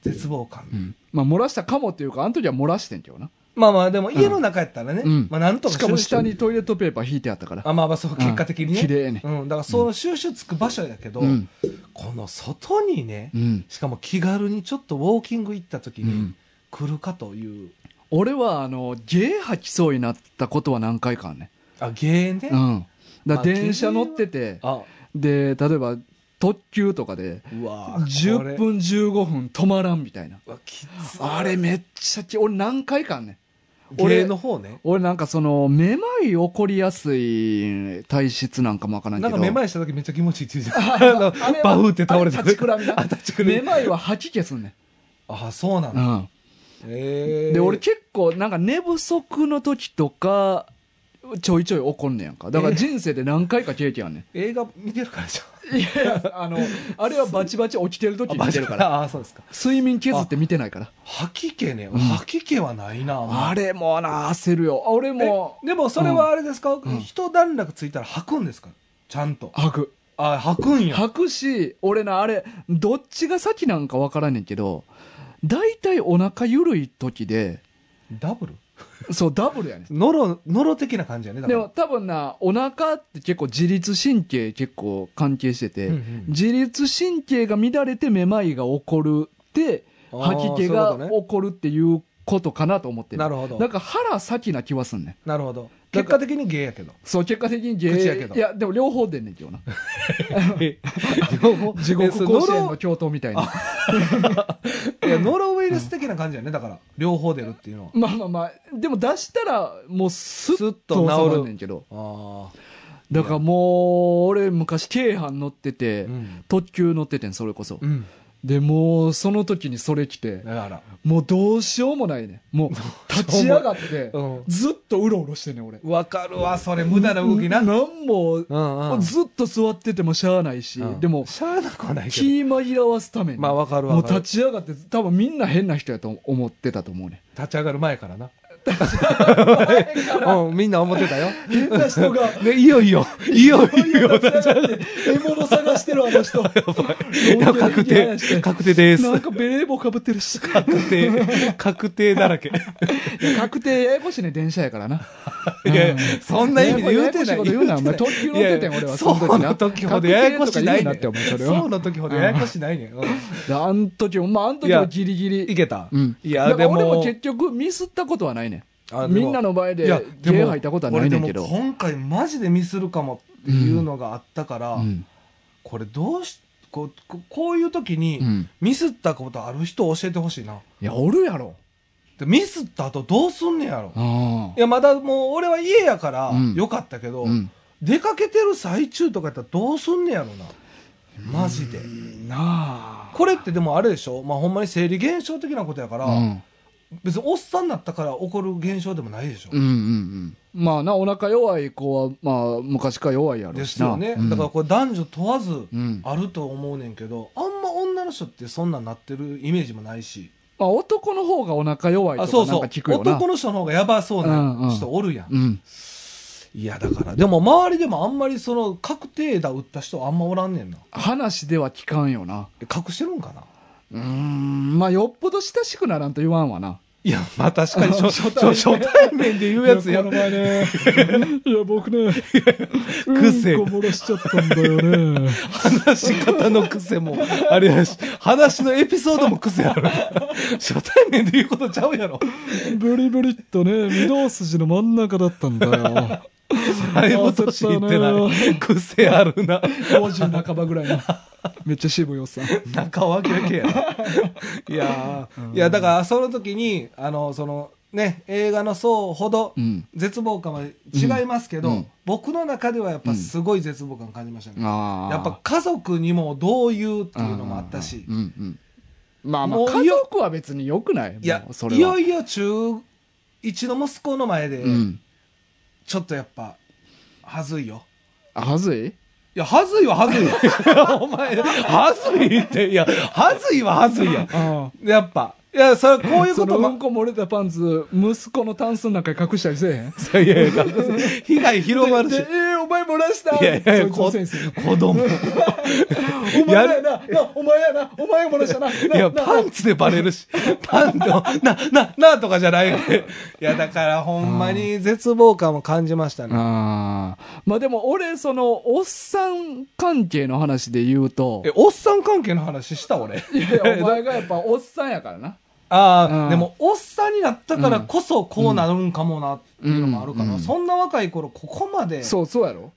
絶望感、うんまあ漏らしたかもっていうかあの時は漏らしてんけどなまあまあでも家の中やったらね、うんまあなんとかしかも収拾下にトイレットペーパー引いてあったからあまあまあそう結果的にねうん綺麗ねうん、だからその収集つく場所やけど、うんこの外にね、うんしかも気軽にちょっとウォーキング行った時うにん来るかという、俺はあのゲー吐きそうになったことは何回かあんねあ芸ね、うんだあから電車乗っててあで例えば特急とかでうわこれ10分15分止まらんみたいなうわきついあれめっちゃき俺何回かあんねん俺芸の方ね俺なんかそのめまい起こりやすい体質なんかもわからんなけんどかめまいした時めっちゃ気持ちいいって言うじゃんあの あれはバフって倒れてあ立ちくらみなあ立ちくらみめまいは吐き気すんねあそうなんん、うだ、ん、ええで俺結構なんか寝不足の時とかちょいちょい怒んねやんかだから人生で何回か経験あんねん映画見てるからじいやいやあのあれはバチバチ起きてる時ゃんに見てるからあそうですか睡眠削って見てないから吐き気ね吐き気はないな、あれもうな焦るよ俺もえでもそれはあれですか、ん一段落ついたら吐くんですかちゃんと吐くあ吐くんや吐くし俺なあれどっちが先なんかわからんねんけど大体お腹ゆるい時でダブルそうダブル やねんノロノロ的な感じやねだかでらも多分なお腹って結構自律神経結構関係してて、うんうん自律神経が乱れてめまいが起こるってあー吐き気そうがいうことね起こるっていうことかなと思ってなるほどなんか腹先な気はすんねんなるほどだ結か果的に芸やけどそう結果的に芸口やけどいやでも両方出んねんけどな地えそ獄甲子れ園ノの教頭みたい なロいやノロウイルス的な感じやねだから両方出るっていうのはまあまあまあでも出したらもうスッスッとと治る治るねんけどあだからもう俺昔京阪乗ってて、あうん特急乗っててんそれこそ、うんでもうその時にそれ来てだからもうどうしようもないねもう立ち上が ってうんずっとうろうろしてんねん俺わかるわそれ無駄な動きな、なんもんもうずっと座っててもしゃあないし、うんでもしゃあなくはないけど気紛らわすために、まあわかるわもうかる立ち上がって多分みんな変な人やと思ってたと思う ね立ち上がる前からな うん、みんな思ってたよ変な人がね、いよいよ、いよいよ、獲物探してるあの 人確定、確定です。なんかベレー帽かぶってる し確定、確定だらけ。確定ややこしいね電車やからないやいや、そんな意味で言うてやなやこしいい。こと言うなお前特急乗っててんいやいや俺はその時なそうの時ほどややこしな確定といねか言うなってお前それはそうの時ほどややこしないねうんであん時もまああん時いもやギリギリいけたうんいや、だかでら俺もも。結局ミスったことはないねあんみんなの前でいやでも芸入ったことはないねんけど俺でも今回マジでミスるかもっていうのがあったから、うんこれどうし、こう、こうこういう時うに、んミスったことある人教えてほしいな。いやおるやろでミスった後どうすんねやろ。あいや、まだもう俺は家やからうんよかったけど、あうん出かけてる最中とかやったらどうすんねやろな。マジで。なこれってでもあれでしょまあほんまに生理現象的なことやから、あうん別におっさんになったから起こる現象でもないでしょ、うんうんうんまあなお腹弱い子はまあ昔から弱いやろでしすなよね、うんだからこれ男女問わずうんあると思うねんけど、あんま女の人ってそんなんなってるイメージもないし、まあ男の方がお腹弱いあとそうかなんそかう聞くよな男の人の方がやばそううんうなん人おるやん、うんいやだからでも周りでもあんまりその確定打打った人あんまおらんねんな話では聞かんよなえ隠してるんかなうーんまあよっぽど親しくならんと言わんわないやまあ確 かに初初対面初初対面で言うやつやいこの前ねいや僕ね癖うんこ漏らしちゃったんだよね話し方の癖も、あれやし、話のエピソードも癖 やろ。初対面で言うことちゃうやろ。ブリブリっとね御堂筋の真ん中だったんだよあれも年いってない。癖あるな。 50半ばぐら いのめっちゃ渋いおっさん 中尾明系やな。 いやーいや、だからその時に、あの、その、ね、映画の層ほどうん絶望感は違いますけど、うんうん僕の中ではやっぱすごい絶望感感じましたね。あやっぱ家族にもどういうっていうのもあったし、うんうんまあまあもう家よ族は別によくないいやもうそ、れいよはいよ中一の息子の前で、うんちょっとやっぱ、はずいよ。あはずいいや、はずいはは ずいよ。お前、はずいって、いや、はずいははずいや。あやっぱ、いや、それ、こういうそことのうばんこ漏れたパンツ、息子のタンスの中に隠したりせえへん。いやいや、被害広がるでしえ。ーお前漏らしたいやいやいや、そこいつの先生子供。お前ややな、な、お前やな、お前漏らしたな。いいや、パンツでバレるし、パンツの、な、な、なとかじゃない。いや、だからほんまに絶望感を感じましたね。ああ。まあでも俺、その、おっさん関係の話で言うと、え、おっさん関係の話した俺。いやいや、お前がやっぱおっさんやからな。あうあ、んでも、おっさんになったからこそこうなるんかもなっていうのもあるかうんうら、んそんな若い頃ここま で、そう、そうやろ。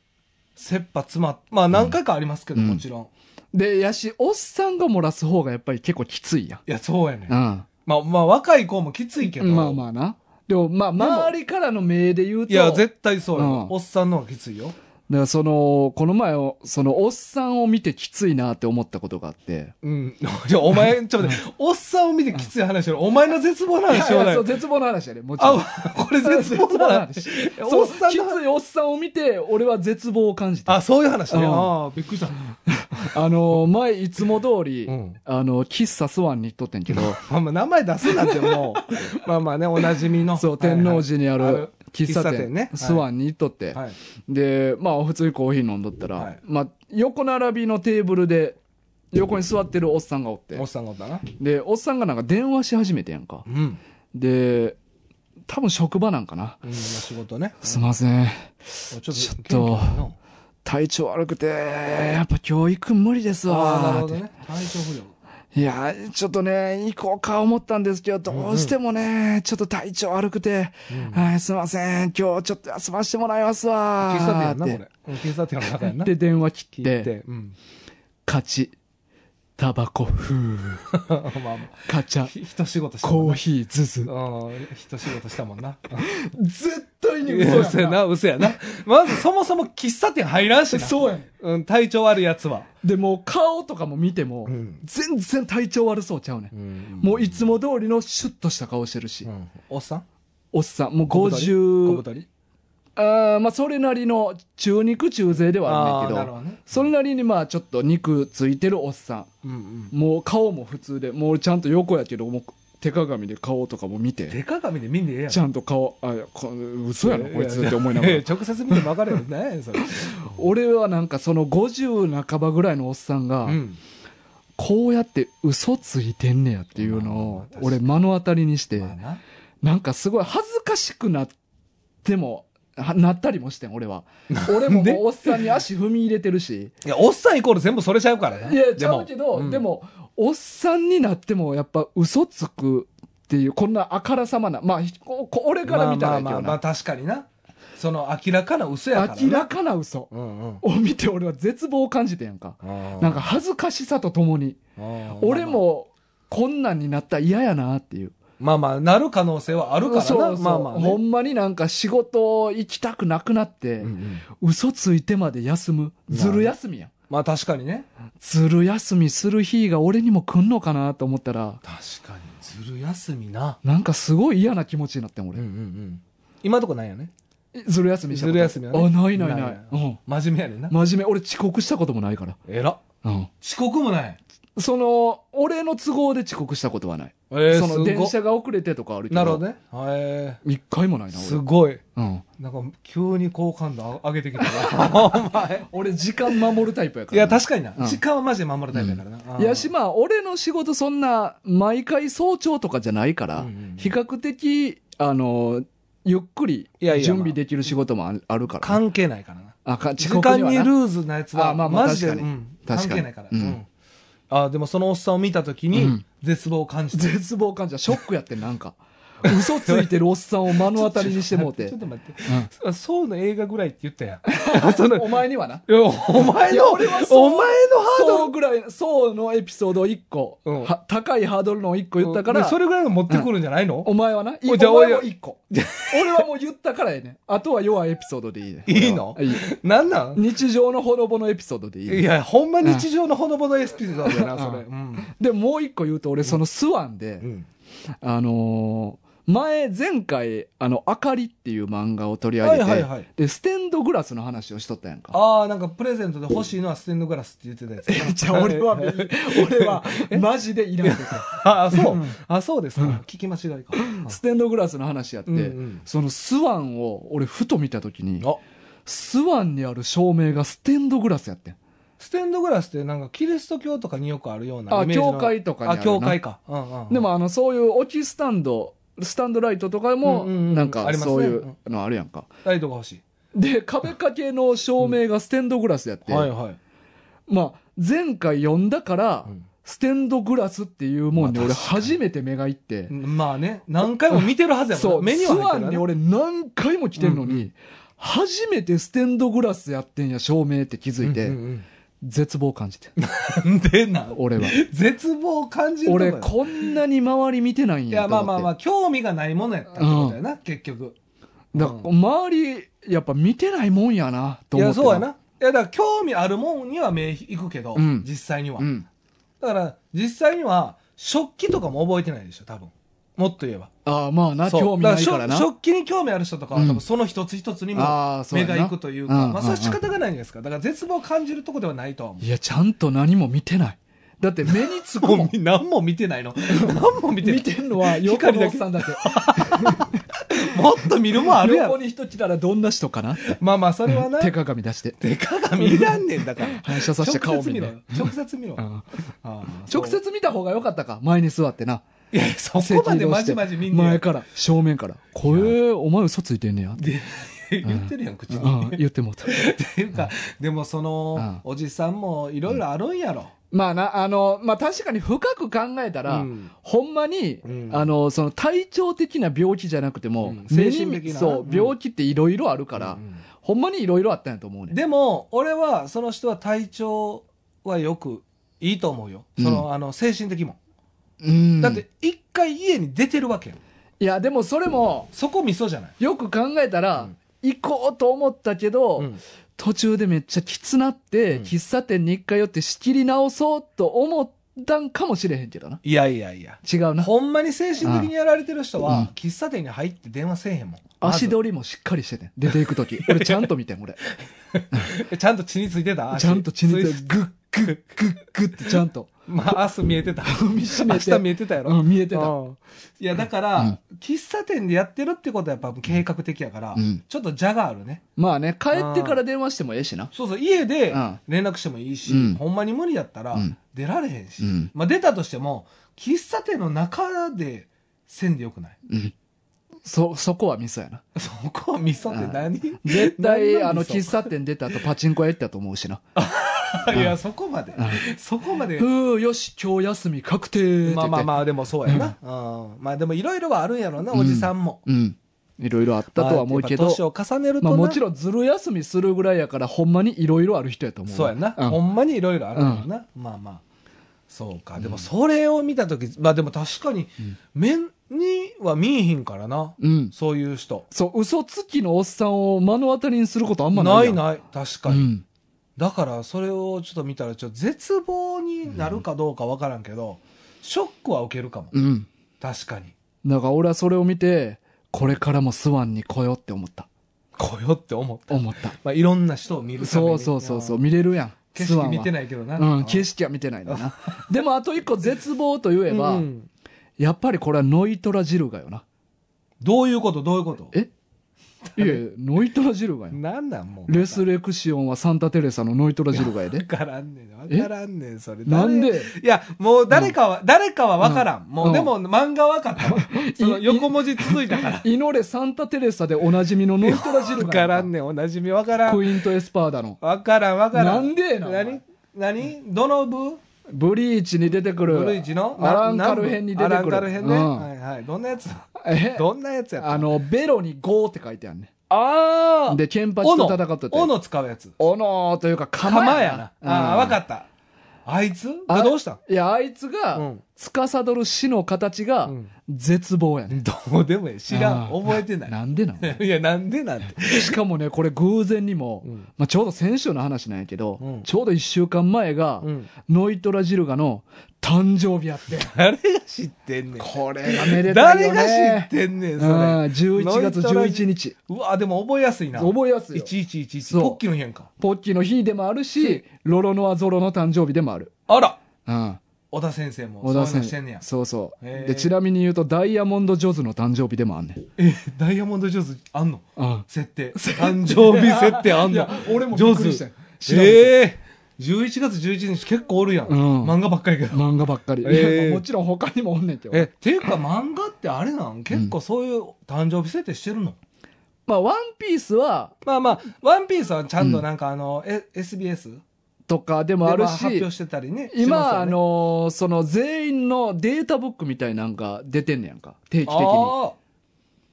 切羽詰まっ、まあ何回かありますけど、うんもちろん。で、やし、おっさんが漏らす方がやっぱり結構きついやん。いや、そうやねう。ん。まあ、まあ、若い子もきついけど。まあまあな。でも、まあ、周りからの命で言うと、いや、絶対そううんよ。おっさんの方がきついよ。だからその、この前を、その、おっさんを見てきついなって思ったことがあって。うん。 じゃあお前、ちょっと待って、おっさんを見てきつい話しろ。お前の絶望の話しようないそう。絶望の話やね、もちろん。あ、これ絶望の話。おおっっささんんきのつ話。いおっさんを見て、俺は絶望を感じた。ああ、そういう話ね。うんああ、びっくりした。の、前、いつも通り、うんあの、喫茶スワンに行っとってんけど、まあまあ、名前出すなんてもう、 まあまあね、おなじみ の。そう、はいはい天王寺にああるる喫茶喫茶店店ねはいスワンに行っとって、はい。で、まあ、普通にコーヒー飲んどったら、はいまあ、横並びのテーブルで、横に座ってるおっさんがおっておっ、さんがおったな。で、おっさんがなんか電話し始めてやんかう。ん。で、多分職場なんかな。うん、まあ仕事ね。すいません。ちょっとちょっと元気ないな体調悪くて、やっぱ教育無理ですああ、なるわほど。ね。体調不良。いや、ちょっとね、行こうか思ったんですけど、どうしてもね、ちょっと体調悪くて、はい、すいません、今日ちょっと休ませてもらいますわ。喫茶店やんな、っこてれ。うん喫茶店の中やんな。で、電話切聞っいて、て。 うん。勝ち、タバコ、ふー、まあまあ、カチャ、ひ一仕事したもんコーな。ヒー、ズズ。うん、一仕事したもんな。絶対に 嘘嘘ややんな。な、嘘やな。まずそもそも喫茶店入らんしな。そうやん。うん、体調悪いやつは。 で、もう顔とかも見ても、ん全然体調悪そうちゃうね、ん。もういつも通りのシュッとした顔してるし、うんおっさんおっさん、もう小50、太りあーまあ、それなりの中肉中背ではあるねんあーなけるどほどねそれなりにまあちょっと肉ついてるおっさうんうんんもう顔も普通でもうちゃんと横やけどもう手鏡で顔とかも見てでかがみで見んでええやんちゃんと顔あこ嘘やろこいつって思いながいやらや直接見て分かるよねそれ俺はなんかその50半ばぐらいのおっさんがうんこうやって嘘ついてんねやっていうのをまあ俺目の当たりにしてまあななんかすごい恥ずかしくなってもはなったりもしてん俺は俺ももうおっさんに足踏み入れてるしいやおっさんイコール全部それちゃうからいねや、ちでゃもうけど、んでも、おっさんになっても、やっぱ嘘つくっていう、こんなあからさまな、まあ、ひここ俺から見たらまあやけまどあまあな、確かになその明らかな嘘やからな明らかな嘘うんうんを見て、俺は絶望を感じてやんか。なんか恥ずかしさとともに、俺俺もこんなんになったら嫌やなっていう。まあまあなる可能性はあるからそうなそうまあまあほねんまになんか仕事行きたくなくなって、うんうん嘘ついてまで休む。ずる休みやん。まあ確かにねずる休みする日が俺にも来んのかなと思ったら、確かにずる休みななんかすごい嫌な気持ちになってん俺うんう。んうん今のとこないよねずる休みしたことずる休みはねあないないないないうん真面目やねんな真面目俺遅刻したこともないから、えらうん、遅刻もないその俺の都合で遅刻したことはない、えーそすのご電車が遅れてとかあるけどなるほどねへ一回もないえなす俺、ごいうん、なんか急に好感度上げてきたなお前俺時間守るタイプやからいや確かにな、うん時間はマジで守るタイプやからな、あーいやしまあ俺の仕事そんな毎回早朝とかじゃないから、うんうん比較的あのゆっくりいやいや準備できる仕事もああるからね、関係ないからなあか時遅刻間にはになルーズなやつはあまあまあマジで、確かにうん確か関に係ないから、うんうんあーでもそのおっさんを見た時うにん絶望を感じて、絶望感じたショックやってんなんか嘘ついてるおっさんを目の当たりにしてもうてちょっと待って、あそうの映画ぐらいって言った やんそのいお前にはな。やお前いのやお俺前のハはそうそードルうぐらい、そうのエピソード1個、うんは高いハードルの1個言ったから、うんそれぐらいの持ってくるんじゃないの、お前はな、いおじゃあお前もおい1個。俺はもう言ったからやね。あとは弱いエピソードでいいね。いいのいいなんなん日常のほのぼのエピソードでいいね、いや、ほんま日常のほのぼのエスピードだよな、それ。で、もう1個言うと、俺そのスワンで、うん。あのー前、前回、あの、あかりっていう漫画を取り上はげいて、はいはい。で、ステンドグラスの話をしとったやんか。ああ、なんかプレゼントで欲しいのはステンドグラスって言ってたやつやな。じゃあ俺は、 俺は、マジでいらんですよ ああ、そう。あそうですか。聞き間違いか。ステンドグラスの話やって、うんうんそのスワンを俺ふと見た時にあスワンにある照明がステンドグラスやってんステンドグラスってなんかキリスト教とかによくあるようなあイメージの。教会とかにあるなあ、教会か。うんうんうん。でもあのそういう置きスタンドスタンドライトとかもうんうんうんなんあかりますねそういうのあるやんか、ライトが欲しで壁掛けの照明がステンドグラスやって、い。はいはい。まあ前回読んだから、うんステンドグラスっていうもんにまあ俺確か初めて目がいって、まあね、何回も見てるはずやもんなそう目にスはワ入ンってるによね俺何回も来てるのに、初めてステンドグラスやってんや照明って気づいて、うんうん絶望感じてうんでな。俺は絶望を感じるとこ俺やこんなに周り見てないんいやや、とま思あってまあまあ、興味がないものやったってことやな、結局。だから周りやっぱ見てないもんやなとい思っや、てそうやな。いや、だから興味あるもんには目いくけど、うん実際には。うんだから、実際には、食器とかも覚えてないでしょ、多分。もっと言えば。ああまあなそう興味ないからだな食食器に興味ある人とかは、うん多分その一つ一つにもあーそう目やながいくというか、うんまあ、それは仕方がないじゃないですか。だから、絶望を感じるとこではないとは思う。いやちゃんと何も見てないだって目につくももんう何も 見てない の。何も見てな見い。てんのは横 光のおだっけさんだけもっと見るもんあるや横ろ。に人来たらどんな人かなってまあまあ、それはな。手鏡出して手鏡いらんねんだから。 反射させて顔直接見見ろるよ。直接見ろ。直ああそう接見た方が良かったか前に座ってないや、そこまでまじまじ見んねや前から正面から「これお前嘘ついてんねや」ってで 言ってるやん、口うに。ん言ってもうたっていうか、でもその、おじさんもいろいろあるんやろ。まあな、あの、まあ確かに深く考えたら、うんほんまに、うんあの、その体調的な病気じゃなくても、うん目に精神的なそうう、ん病気っていろいろあるから、ほんまにいろいろあったんやと思うね。でも、俺は、その人は体調はよく、いいと思うよ。その、あの、精神的も。うんだって、一回家に出てるわけやんいや、でもそれも、そこミソじゃない。よく考えたら、うん行こうと思ったけど、うん途中でめっちゃきつなって、うん喫茶店に一回寄って仕切り直そうと思ったんかもしれへんけどな。いやいやいや。違うな。ほんまに精神的にやられてる人うんは、喫茶店に入って電話せえへんもん。足取りもしっかりしててん。出ていく とき。俺ちゃんと見てん、俺。えちゃんと血についてた足 ちゃんと血についつて、グッグッグッグッってちゃんと。まあ、明日見えてた。 見しめて明日見えてたやろ。うん見えてたうんいや、だから、喫茶店でやってるってことはやっぱ計画的やから、うんちょっと邪があるね。まあね、帰ってから電話してもええしな。そうそう、家でうん連絡してもいいし、うんほんまに無理やったらうん出られへんし、うんまあ出たとしても、喫茶店の中でせんでよくない うん。そ、そこはミスやな。そこはミソって何 絶何対、なあんの、味噌喫茶店出た後パチンコ屋行ったと思うしな。いや、そこまで。そこまで。ふう、よし、今日休み確定って言って。まあまあまあ、でもそうやな。うんまあでもいろいろはあるんやろな、おじさんも。うん。いろいろあったとは思うけまあどやっぱ。年を重ねるとまな、あもちろんずる休みするぐらいやから、ほんまにいろいろある人やと思うわ。そうやな、んほんまにいろいろあるからな、まあまあそうかでもそれを見た時まあでも確かに面には見えへんからな、うん。そういう人そう、嘘つきのおっさんを目の当たりにすることあんまなないいやん。ない確かうに、ん。だからそれをちょっと見たらちょっと絶望になるかどうかわからんけど、ショックは受けるかも、うん。確かにだから俺はそれを見て、これからもスワンに来ようって思った。来よって思った、思った。まあ、いろんな人を見るためにそうそうそうそう、いや見れるやん。景スワンは色見てないけどな、うん、景色は見てないんだな。でもあと一個絶望といえば、うんやっぱりこれはノイトラジルガよな。どういうことどういうことえいやいやノイトラジルガよ。なんなんもうレスレクシオンはサンタテレサのノイトラジルガやで。わからんねん。わからんねん、それ。なんで誰いや、もう誰かは、誰かはわからん。うんもう、でも漫画わかったわ。その横文字続いたから。祈れサンタテレサでおなじみのノイトラジルわガかやんからんねん、おなじみわからん。クイントエスパーダの。わからん、わからん。なんでやなお前何何どの部ブリーチに出てくる。ブルイチのアランなカル編に出てくる。アランカル編ね。うんはいはい。どんなやつ えどんなやつやったあ、の、ベロにゴーって書いてあるね。あで、ケンパチと戦っとって。斧斧使うやつ。斧というか、釜釜やな。ああ、わかった。あいつあがどうしたんいや、あいつが、うん司る死の形がうん絶望やね、どうでもいい。知らん。あー覚えてない。なんでなん いや、なんでなんて。しかもねこれ偶然にも、うんまあ、ちょうど先週の話なんやけど、うんちょうど1週間前が、うんノイトラ・ジルガの誕生日やって誰が知ってんねん。これがめでたい誰よねが知ってんねん、それ。うん11月11日うわ、でも覚えやすいな。覚えやすいよ1111。そうポッキーの日やんか。ポッキーの日でもあるしロロノア・ゾロの誕生日でもある、あらうん、小田先生も。小田そうい先うのしてんねや。そうそうへーでちなみに言うとダイヤモンド・ジョズの誕生日でもあんねんえ、ダイヤモンドジョーズあんのあ設定。誕生日設定あんいのや俺もびっくりしたよジョーズええ11月11日結構おるやん。うん漫画ばっかりやけど。漫画ばっかり、えーいやもちろん他にもおんねんけどえ、っていうか漫画ってあれなん結構そういう誕生日設定してるの、まあ「ワンピースはまあまあ、ワンピースはちゃんとなんかあの、え SBS? とかでもあるでま発し表してたりね。し今、ますよねあのーその全員のデータブックみたいなんか出てんねやんか定期的にあー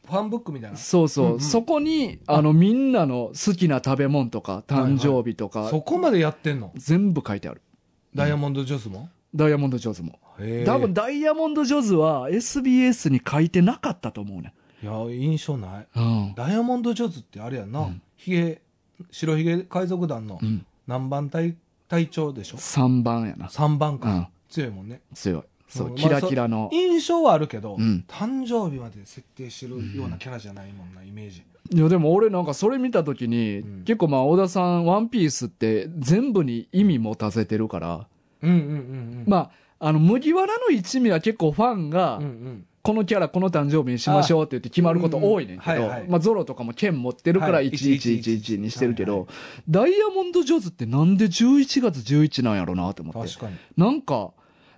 ファンブックみたいな。そうそう、うんうんそこにあのみんなの好きな食べ物とか誕生日とか、そこまでやってんの全部書いてあるダイヤモンドジョーズも、ダイヤモンド・ジョーズもへー多分ダイヤモンド・ジョーズは SBS に書いてなかったと思うねいや、印象ない。うん、ダイヤモンドジョーズってあれやんな。うんヒゲ、白ヒゲ海賊団のうん、何番隊隊長でしょ3番やな ?3 番か、うん強いもんね。強いそう、うんキラキラの、印象はあるけど、うん誕生日まで設定してるようなキャラじゃないもんな、イメージ。いやでも俺なんかそれ見た時に、うん結構まあ小田さん「ワンピースって全部に意味持たせてるから、うんうんうんうん。まああの麦わらの一味は結構ファンが、うんうん。このキャラこの誕生日にしましょうって言って決まること多いねんけど、うんうんはいはいまあ、ゾロとかも剣持ってるからはい1111にしてるけど、ダイヤモンド・ジョーズってなんで11月11なんやろなと思って確かに。なんか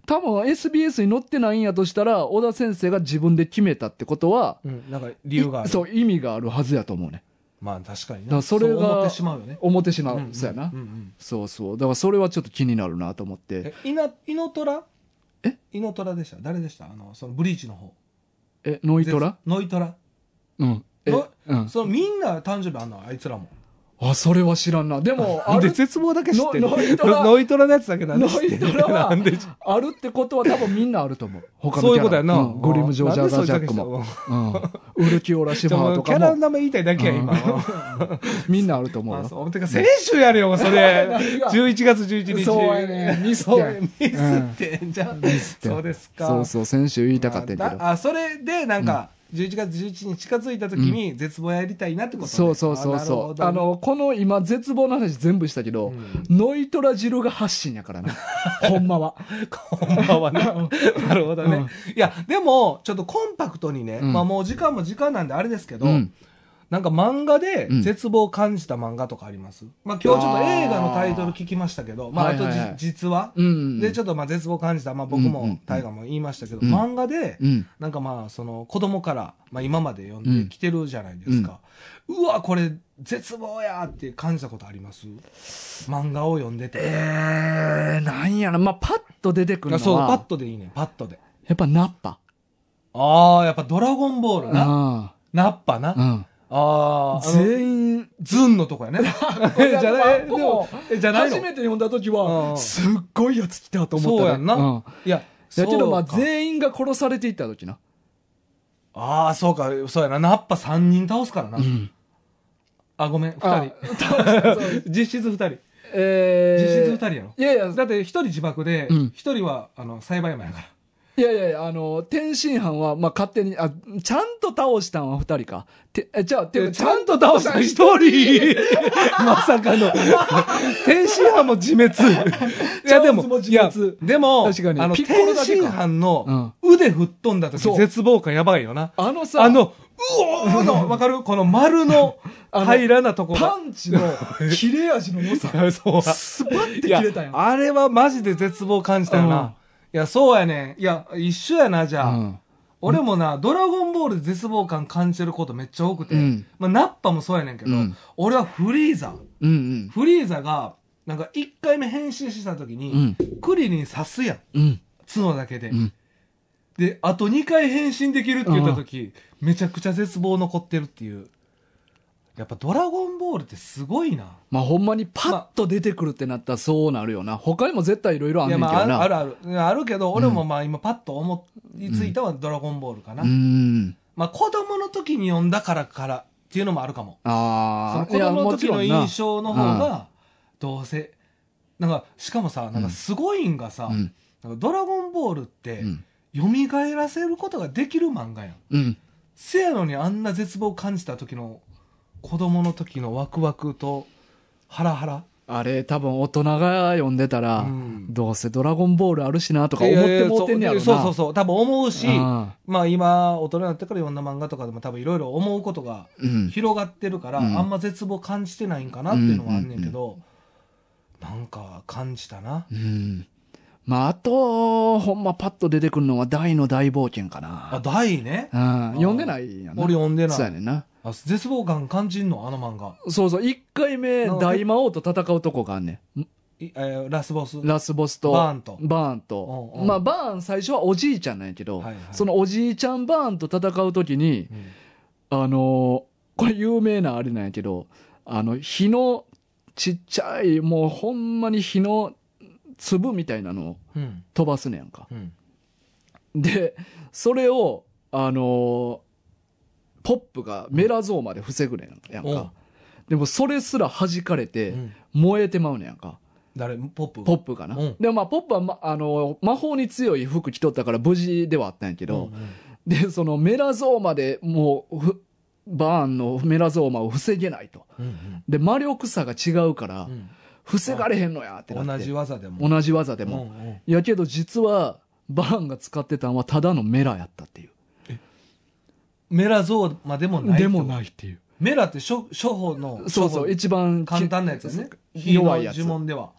多分 SBS に載ってないんやとしたら小田先生が自分で決めたってことはうん、なんか理由があい る。そう意味があるはずやと思うねまあ確かにねだからそれがう思ってしまうよね。思ってしまう、んんそうやな、んんそうそうだからそれはちょっと気になるなと思ってえ、いな、イノトラえイノトラでした誰でしたあの、そのブリーチの方。えノイトラノイトラ。うんえ、のうん、そのみんな誕生日あんのあいつらも。あそれは知らんなで もある絶望だけノノイトラノイトラのやつだけなんで知ノってイるトラはなんで知っあるってことは多分みんなあると思う。他のそういキうャラことやな。うんグリム・ジョージ・アガー・ジャックも。うん、ウルキオラ・シでファーもとキャかラのも、名前言いたいだけや、うん今。みんなあると思うあよ。そうてか、先週やれよ、それ。 何が11月11日。そうやねミスってんそうミスってんじゃん。ミスってんそうですか。そうそう、先週言いたかったんやけど。あ、それで、なんか、11月11日近づいた時に絶望やりたいなってことねそうそうそうそう。あ、の、この今、絶望の話全部したけど、 ノイトラ・ジルが発信やからな。ほんまは。こんばんはね。 なるほどうんね。いや、でも、ちょっとコンパクトにね、うんまあもう時間も時間なんであれです けど、うん。なんか漫画でうん絶望を感じた漫画とかあります、まあ今日ちょっと映画のタイトル聞きましたけど、まああとじ、はいはいはい実は、うん。で、ちょっとまあ絶望を感じた、まあ僕うんうんうもん大河も言いましたけど、うん漫画で、うん。なんかまあその子供から、まあ今まで読んできてるじゃないですか。うわ、これ絶望やって感じたことあります漫画を読んでて。えー、なんやな。まあ、パッと出てくるあそのう、パはッ、とでいいね、パッとで。やっぱナッパ。ああ、やっぱドラゴンボールな。ナッパな。うあん。あー、あの全員、ズンのとこ やね。えじゃない、えでも、えじゃないの初めて読んだ時うは、んすっごいやつ来たと思った、ね。そうやんな。うんいや、やけど、まあ、そうか全員が殺されていった時な。ああ、そうか、そうやな。ナッパ3人倒すからな。んあ、ごめん、2あ人。 そう実質2人。え実ー質2人やろ。いやいや、だって1人自爆で、うん1人は、あの、栽培マンやから。いやいやいや、あの、天津飯は、まあ、勝手に、あ、ちゃんと倒したんは二人か。て、え、じゃあ、てかちゃんと倒した1人 まさか の。天津飯も自滅。 いや、でもチャンスも、自滅いや、でも、確かにあの、ピ天ッコロだけ津か飯の腕吹っ飛んだ時、そう絶望感やばいよな。あのさ、あの、うおーの、わかるこの丸 のあの平らなとこが。。パンチの切れ味の良さそうスパッてい切やれたやん。あれはマジで絶望感じたよな。うんいや、そうやね。いや、一緒やな、じゃあ。うん俺もな、ドラゴンボールで絶望感感じてることめっちゃ多くて。うんまあ、ナッパもそうやねんけど、うん俺はフリーザ。うんフリーザが、なんか一回目変身した時に、クリリン刺すやん。うん。うん。角だけで。うんで、あと2回変身できるって言った時、めちゃくちゃ絶望残ってるっていう。やっぱドラゴンボールってすごいな。まあほんまにパッと出てくるってなったらそうなるよな。他にも絶対いろいろあんいねやんけまあ、どな。あるあるあるあるけど、俺もまあ今パッと思いついたのはドラゴンボールかな。うん。まあ子供の時に読んだからからっていうのもあるかも。そあのあ。子供の時のいやも印ち象の方が、どうせ。なんか、しかもさ、なんうかんすごいんがさ、ろんななんかドラゴンボールってうん。う、ん。蘇らせることができる漫画やん。うん。せやのにあんな絶望を感じた時の、子供の時のワクワクと、ハラハラ。あれ多分大人が読んでたら、うんどうせドラゴンボールあるしなとか思ってもうてんねやろな。そうそうそう、多分思うし、あまあ今、大人になってから読んだ漫画とかでも多分いろいろ思うことがーうん。広がってるから、うんあんま絶望感じてないんかなっていうのはあんねんけど、なんか感じたな。うん。まああと、ほんまパッと出てくるのは大の大冒険かあ、な。大ね。うん。読んでないやんな。俺読んでなそうやい。ねんな。あ絶望感感じんのあの漫画。そうそう、一回目、なんか大魔王と戦うとこがあんねん。いえーラスボス。はいラスボスと、バーンとバーンとうんうんまあ、バーン最初はおじいちゃんなんやけど、はいはいそのおじいちゃんバーンと戦うときにう、んあのーこれ有名なあれなんやけど、あの、火のちっちゃい、もうほんまに火の粒みたいなのをうん。飛ばすねやんか。うん。で、それを、あのーポップがメラゾーマで防ぐねんやんか。でもそれすら弾かれて、うん燃えてまうねやんか。誰ポップポッププかな。うんでもまあ、ポップは、ま、あの、魔法に強い服着とったから無事ではあったんやけど、で、そのメラゾーマでもう、ふバーンのメラゾーマを防げないと。で、魔力差が違うから、防がれへんのやってなって。同じ技でも。同じ技でも。うんうんいやけど実は、バーンが使ってたのはただのメラやったっていう。メラゾーマでもない。でもないっていう。メラって処処方の、そうそう、一番き簡単なやつやね。弱いや火つの。呪文では。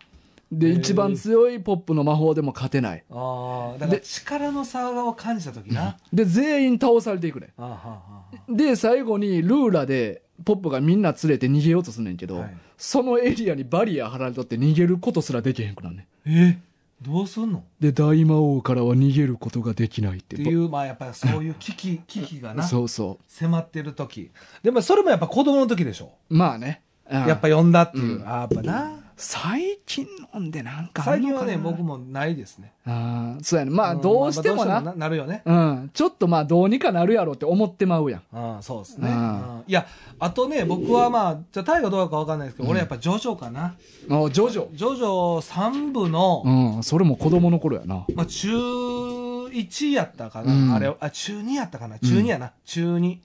で、へー一番強いポップの魔法でも勝てない。ああ、だからで力の差を感じた時な。で、全員倒されていくね。あーはーはーはで、最後にルーラで、ポップがみんな連れて逃げようとすんねんけど、はいそのエリアにバリア張られとって逃げることすらできへんくなんねん。ーえ、どうすんのっで、大魔王からは逃げることができないってていう、まあやっぱりそういう危 機、危機がポッな、そうそ迫ってる時。でもそれもやっぱ子供の時でしょ。う。まあね。うんやっぱ呼んだっていうう。んあーやっぱな。最近飲んでなんかあ最んのか近はなね、僕。もないですね。ああ、そうやね。まあ、んどうしてもまなあ。なるよね。うん。ちょっとまあ、どうにかなるやろって思ってまうやん。うん、そうですね。ううんんいや、あとね、僕はまあ、じゃあ、タイがどうかわかんないですけど、俺やっぱジョジョかな。ああ、ジョジョ。ジョジョ3部の、うん。それも子供の頃やな。まあ、中1やったかな、うんあれ、あ、中2やったかな、中2やな、中2。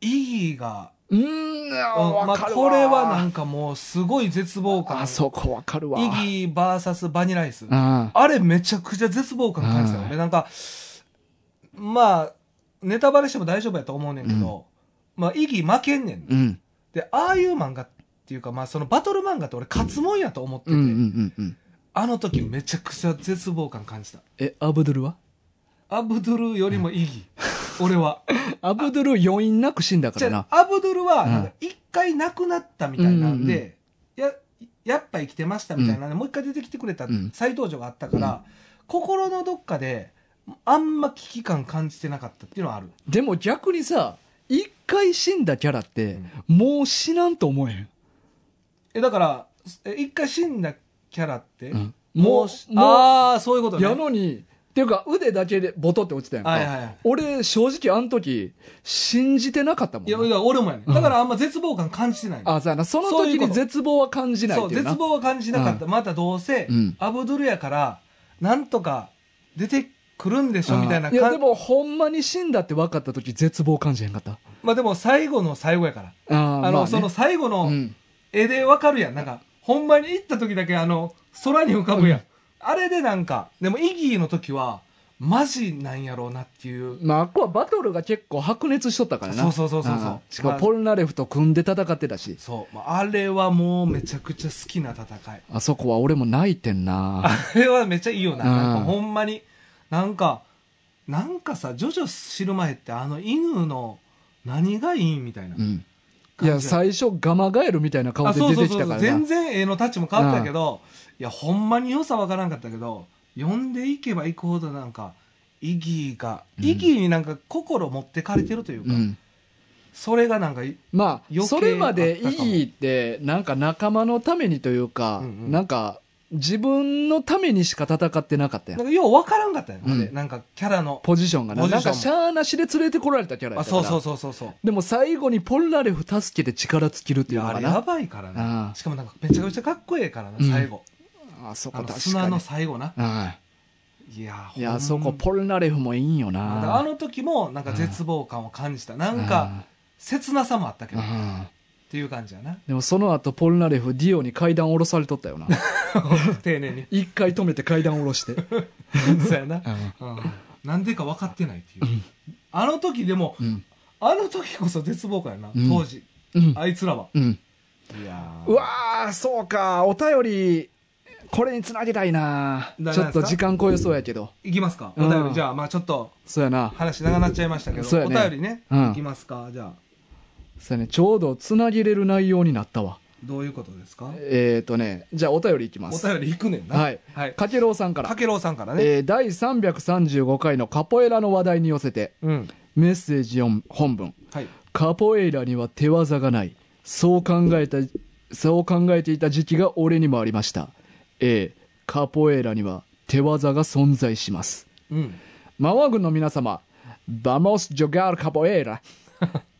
意義が、うーん、あーうんまわあ、かるこれはなんんかもう、すごい絶望感。あそこわかるわ。イギー VS バニラアイス。あああれ、めちゃくちゃ絶望感感じたようね。なんか、まあ、ネタバレしても大丈夫やと思うねんけど、まあ、イギー負けんねん。うん。で、ああいう漫画っていうか、まあ、そのバトル漫画って俺、勝つもんやと思ってて、うんうんうんうん。あの時めちゃくちゃ絶望感感じた。え、アブドゥルはアブドゥルよりも意義。俺は。 アブドゥル余韻なく死んだかじらゃな。あアブドゥルは、うんなんか一回亡くなったみたいなんで、や、やっぱ生きてましたみたいなんで、もう一回出てきてくれたうん再登場があったから、心のどっかで、あんま危機感感じてなかったっていうのはある。でも逆にさ、一回死んだキャラって、もう死なんと思えへん。え、だから、え一回死んだキャラって、うんもうし、もうああ、そういうことね。やのに、っていうか腕だけでボトって落ちたやんか。はいはいはい俺、正直あの時、信じてなかったもんいな、や、いや俺もやね。だからあんま絶望感感じてないの。あ、そうやな。そのそうい時うこにと絶望は感じないそうっていうな。絶望は感じなかった、またどうせ、うんアブドゥルやからなんとか出てくるんでしょみたいなうんいや、感でじもほんまに死んだって分かった時、絶望感じへんかった。まあでも最後の最後やからあーあまの、あねその最後のうん絵でわかるやんなんかほんまに行った時だけあの空に浮かぶやん、あれでなんかでもイギーの時はマジなんやろうなっていうまあ、あっこはバトルが結構白熱しとったからな。そうそうそうそうそうんしかもポルナレフと組んで戦ってたし、そうまああれはもうめちゃくちゃ好きな戦いあそこは俺も泣いてんな。あれはめっちゃいいよな。うんなんかほんまに。なんか、なんかさ、ジョジョ知る前ってあの犬の何がいいみたいなう。ん。い感じや、最初、ガマガエルみたいな顔あでそう出そうてきそうたかそう。ら全な。然絵のタッチも変わったけど、いや、ほんまに良さわからんかったけど、読んでいけばいくほどなんか、イギーが、んイギーになんか心持ってかれてるといううか、ん。それがなんかいま余計あ、それまでいいって、なんか仲間のためにというか、うんうんなんか、自分のためにしか戦ってなかったや。なんんかようわからんかったよ、ねうんあれなんかキャラのポジションがな。ポジシなョんンか、もシャーなしで連れてこられたキャラやっあたかそら。うそうそうそうそうでも最後にポルラレフ助けて力尽きるっていいうやのあかれやな。ばいからうなんしかもなんかめちゃくちゃかっこええからなうん最後、あそこあの確かに。砂の最後なはいやい。いや、ほんそこポルラレフもいいんよだからな。あの時もなんか絶望感を感じたなんか切なさもあったけうん、どっうんていう感じやなでもその後ポルナレフディオに階段下ろされとったよな 丁寧に 一回止めて階段下ろして、そうやなうんなんでか分かってないっていう、うんあの時でもうんあの時こそ絶望感やな、うん当時うんあいつらはうんいやーうわーそうかお便りこれにつなげたいななちょっと時間超えそうやけどいきますかおうん便りじゃあまあちょっとそうやな話長なっちゃいましたけど、そうやおね便りね、うんいきますかじゃあそうやねちょうどつなげれる内容になったわどういうことですかえっ、ー、とねじゃあお便りいきまおす便り引くねんなはいはい、かけろうさんからかけろうさんからね、えー第335回のカポエラの話題に寄せてうんメッセージ4本文はいカポエイラには手技がない。そう考えた、そう考えていた時期が俺にもありました。A、カポエイラには手技が存在します。うんマワ軍の皆様、バモス・ジョガール・カポエイ ラ。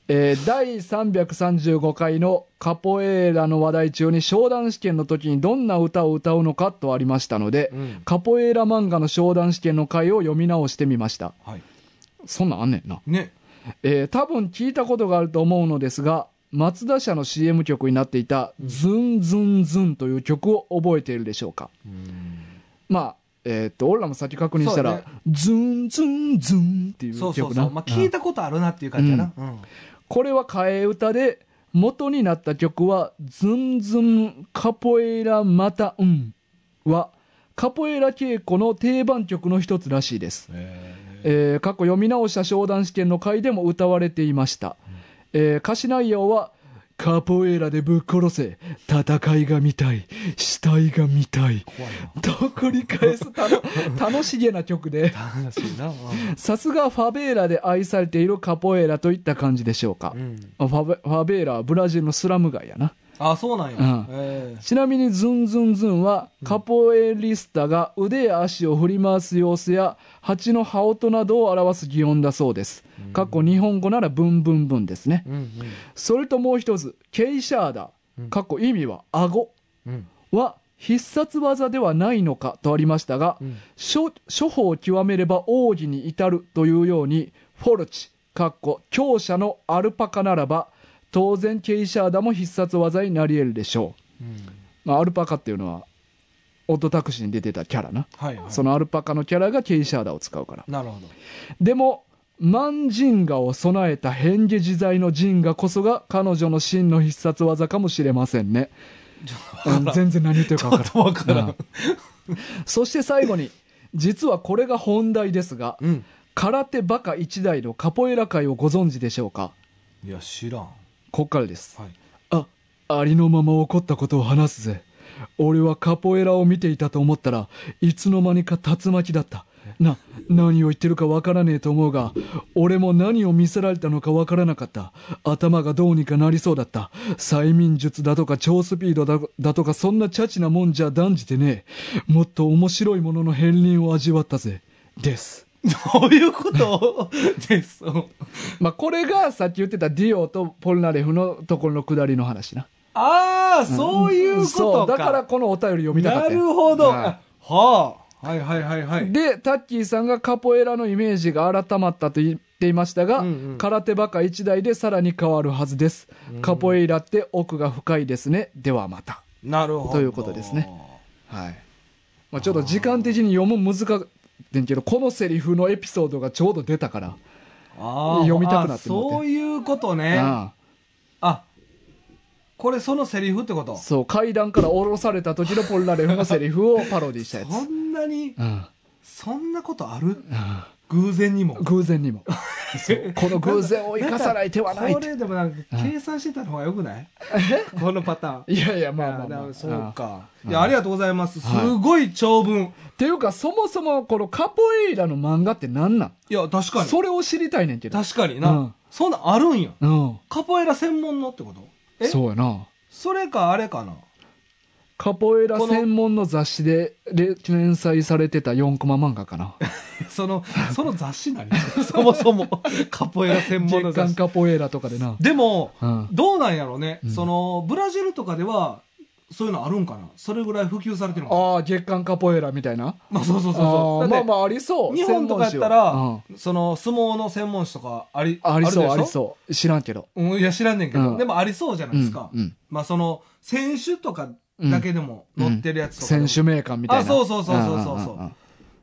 えー第335回のカポエイラの話題中に商談試験の時にどんな歌を歌うのかとありましたので、うんカポエイラ漫画の商談試験の回を読み直してみました。はいそんなんあんねんな。ねえー多分聞いたことがあると思うのですが、松田社の CM 曲になっていた、ズンズンズンという曲を覚えているでしょうか。まあ、えーっと、俺らも先確認したら、そうだズンズンズンっていう曲そな。うそうそう、まあ、聞いたことあるなっていう感じやな、うんこれは替え歌で、元になった曲は、ズンズンカポエラまたうんは、カポエラ稽古の定番曲の一つらしいです。えー過去読み直した商談試験の回でも歌われていました。えー歌詞内容は、カポエラでぶっ殺せ、戦いが見たい、死体が見たい、怖いと繰り返すたの楽しげな曲で、な楽しいな、うさすがファベーラで愛されているカポエラといった感じでしょうか。んうん、ファベファベーラはブラジルのスラム街やな。あそうなんや、うんえちなみにズンズンズンはカポエリスタが腕や足を振り回す様子や蜂の羽音などを表す擬音だそうです。過去日本語ならブンブンブンですねえ。うんそれともう一つ、ケイシャーダ、過去意味は顎うんうんは必殺技ではないのかとありましたが、うん諸処方を極めれば奥義に至るというように、フォルチ、かっこ強者のアルパカならば、当然ケイシャーダも必殺技になり得るでしょう。うんまあ、アルパカっていうのは、オットタクシーに出てたキャラな。はい、はい、そのアルパカのキャラがケイシャーダを使うから。なるほどでも、万人画を備えた変化自在の人画こそが彼女の真の必殺技かもしれませんね。うん 全然何言ってるか分からん。わからん、そして最後に、実はこれが本題ですが、うん、空手バカ一代のカポエラ界をご存知でしょうかいや知らん、はこっからです。い、あ、ありのまま起こったことを話すぜ。俺はカポエラを見ていたと思ったらいつの間にか竜巻だった。な、何を言ってるかわからねえと思うが、俺も何を見せられたのかわからなかった。頭がどうにかなりそうだった。催眠術だとか超スピードだだとかそんなチャチなもんじゃ断じてねえ。もっと面白いものの片鱗を味わったぜ。です。どういうことですまあ、これがさっき言ってたディオとポルナレフのところの下りの話な。ああそういうこそとうか、だからこのお便り読みたかったなんやるほど、ははあはいはいはいはいいでタッキーさんがカポエラのイメージが改まったと言っていましたが、うんうん空手バカ一代でさらに変わるはずです、カポエラって奥が深いですねではまたなるほどということですねはい、まあ、ちょっと時間的に読むの難かってんけどこのセリフのエピソードがちょうど出たから、あー読みたくなってあもうてそういうことねああこれそのセリフってことあそう階段から降ろされた時のポルラレフのセリフをパロディしたやつ、そんなにうんそんなことあるうん偶然にも偶然にもそうこの偶然を生かさない手はないことれでもなんか計算してた方がよくないこのパターンいやいやまあまあ、いやだまあ、からそうかうんいやありがとうございますすはいごい長文っていうか、そもそもこのカポエイラの漫画って何なんいや確かにそれを知りたいねんけど。確かにうなんそんなんあるんや。うん。カポエラ専門のってことえそうやな。それかあれかなカポエラこの専門の雑誌でれ連載されてた4コマ漫画かな。その、その雑誌 何そもそも、 カポエラ専門の月雑刊誌。カポエラとかでな。でも、うん。どうなんやろうね、うんその、ブラジルとかでは、そういうのあるんかなそれぐらい普及されてるのかなああ、月刊カポエラみたいな。まあ そうそうそうあそあう。まだあってまあありそう。日本とかやったら、専門誌その、相撲の専門誌とかあり、はうんありそう、るでしょありそう。知らんけど。うん、いや知らんねんけど、うんでもありそうじゃないですか。うんうんまあその、選手とかだけでも載ってるやつとかでも、選手名鑑みたいな。あそうそうそうそうそうそうんんんんだか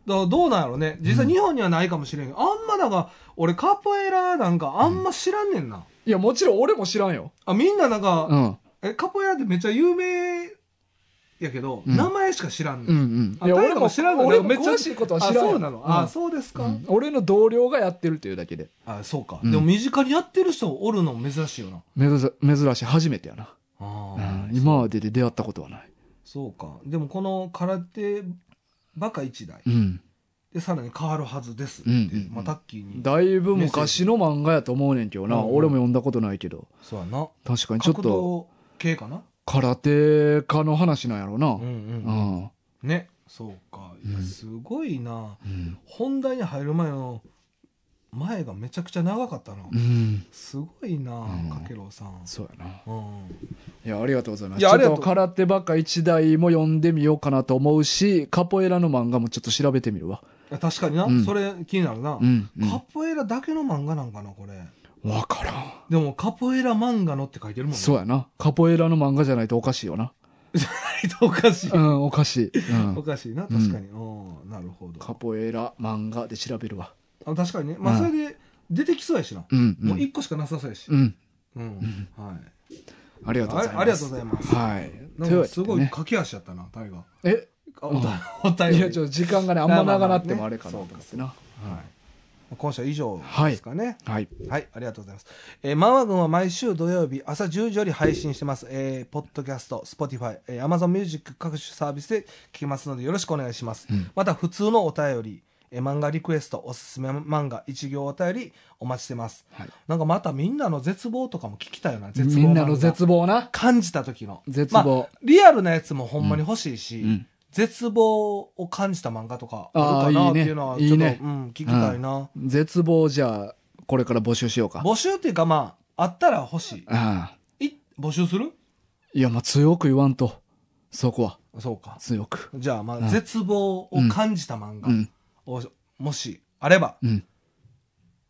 らどうなんやろうね実際日本にはないかもしれんけど、あんまだが俺カポエラなんかあんま知らんねんな、いや、もちろん俺も知らんよ。あみんななんか、うん。えカポエラってめっちゃ有名やけど、うん名前しか知らんね、うんんうあん。いや、大俺河も知らんの俺もめっちゃ詳しいことはあ知らんよ。そうなの、うあんそうですか、うん俺の同僚がやってるというだけで。あそうか、うんでも身近にやってる人おるの珍しいよな珍し珍しい、初めてやな。あうんー今までで出会ったことはない。そうかでもこの空手バカ一台うん。でさらに変わるはずですって、うんうんうんまあ、タッキーにだいぶ昔の漫画やと思うねんけどな。うんうん俺も読んだことないけど。そうやな確かにちょっ格と、闘系かな空手家の話なんやろうなうん。うんうん。ねそうかいやうんすごいな、うん。本題に入る前の前がめちゃくちゃ長かったな、うん。すごいな、うんかけろうさん、そうやな。うん、いや、ありがとうございます。いちやょあっりがととう空手ばっか一台も読んでみようかなと思うし、カポエラの漫画もちょっと調べてみるわ。確かにな、うんそれ気になるな、うん。カポエラだけの漫画なんかなこれわからん。でもカポエラ漫画のって書いてるもんねそうやな。カポエラの漫画じゃないとおかしいよな。 おかしい、うん、おかしい。うおん。かしいな確かに、うん、なるほどカポエラ漫画で調べるわ。あ確かにねまあうそんれで出てきそうやしな、うん。うもう一ん。個しかなさそうやし、うん。うんはいありがとうございます。あありがとうございますはい。なんかすごというわ駆け足やったなタイガけでね。あうんおたお便え、りいや、ちょっと時間がね、あんま長なってもあれかなと思ってな。はい、今週は以上ですかね。はい。はい、ありがとうございます。えー、マンワ軍は毎週土曜日朝10時より配信してます。えー、ポッドキャスト、Spotify、えー、Amazon Music 各種サービスで聞きますのでよろしくお願いします。うんまた、普通のお便り、えー、漫画リクエスト、おすすめ漫画、一行お便りお待ちしてます。はいなんかまたみんなの絶望とかも聞きたいよな、絶望漫み画。んなの絶望な。感じた時の。絶ま望あ。リアルなやつもほんまに欲しいし、うん。絶望を感じた漫画とかあるかあーいないっねていうのは、ちょっといいねうん、聞きたいな。絶望じゃあ、これから募集しようか。募集っていうか、まあ、あったら欲しああ。い。い募集するいや、まあ、強く言わんと。そこは、そうか。強く。じゃあ、まうんあ、絶望を感じた漫う画ん。を、もし、あれば、うん。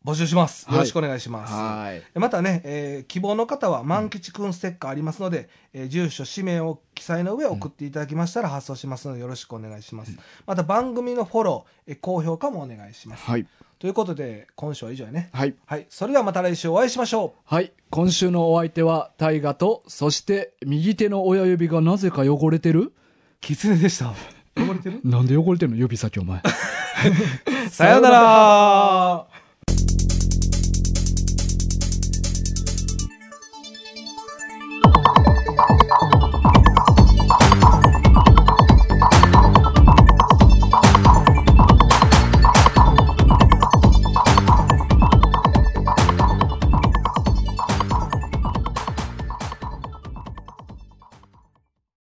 募集します。はいよろしくお願いします。はい。またね、えー希望の方は万吉くんステッカーありますので、えー住所、氏名を記載の上送っていただきましたら発送しますのでよろしくお願いします。また番組のフォロー、えー高評価もお願いします。はい。ということで、今週は以上やね。はい。はい。それではまた来週お会いしましょう。はい。今週のお相手は、大河と、そして、右手の親指がなぜか汚れてるキツネで した。溺れてるなんで汚れてるの指先お前。さようなら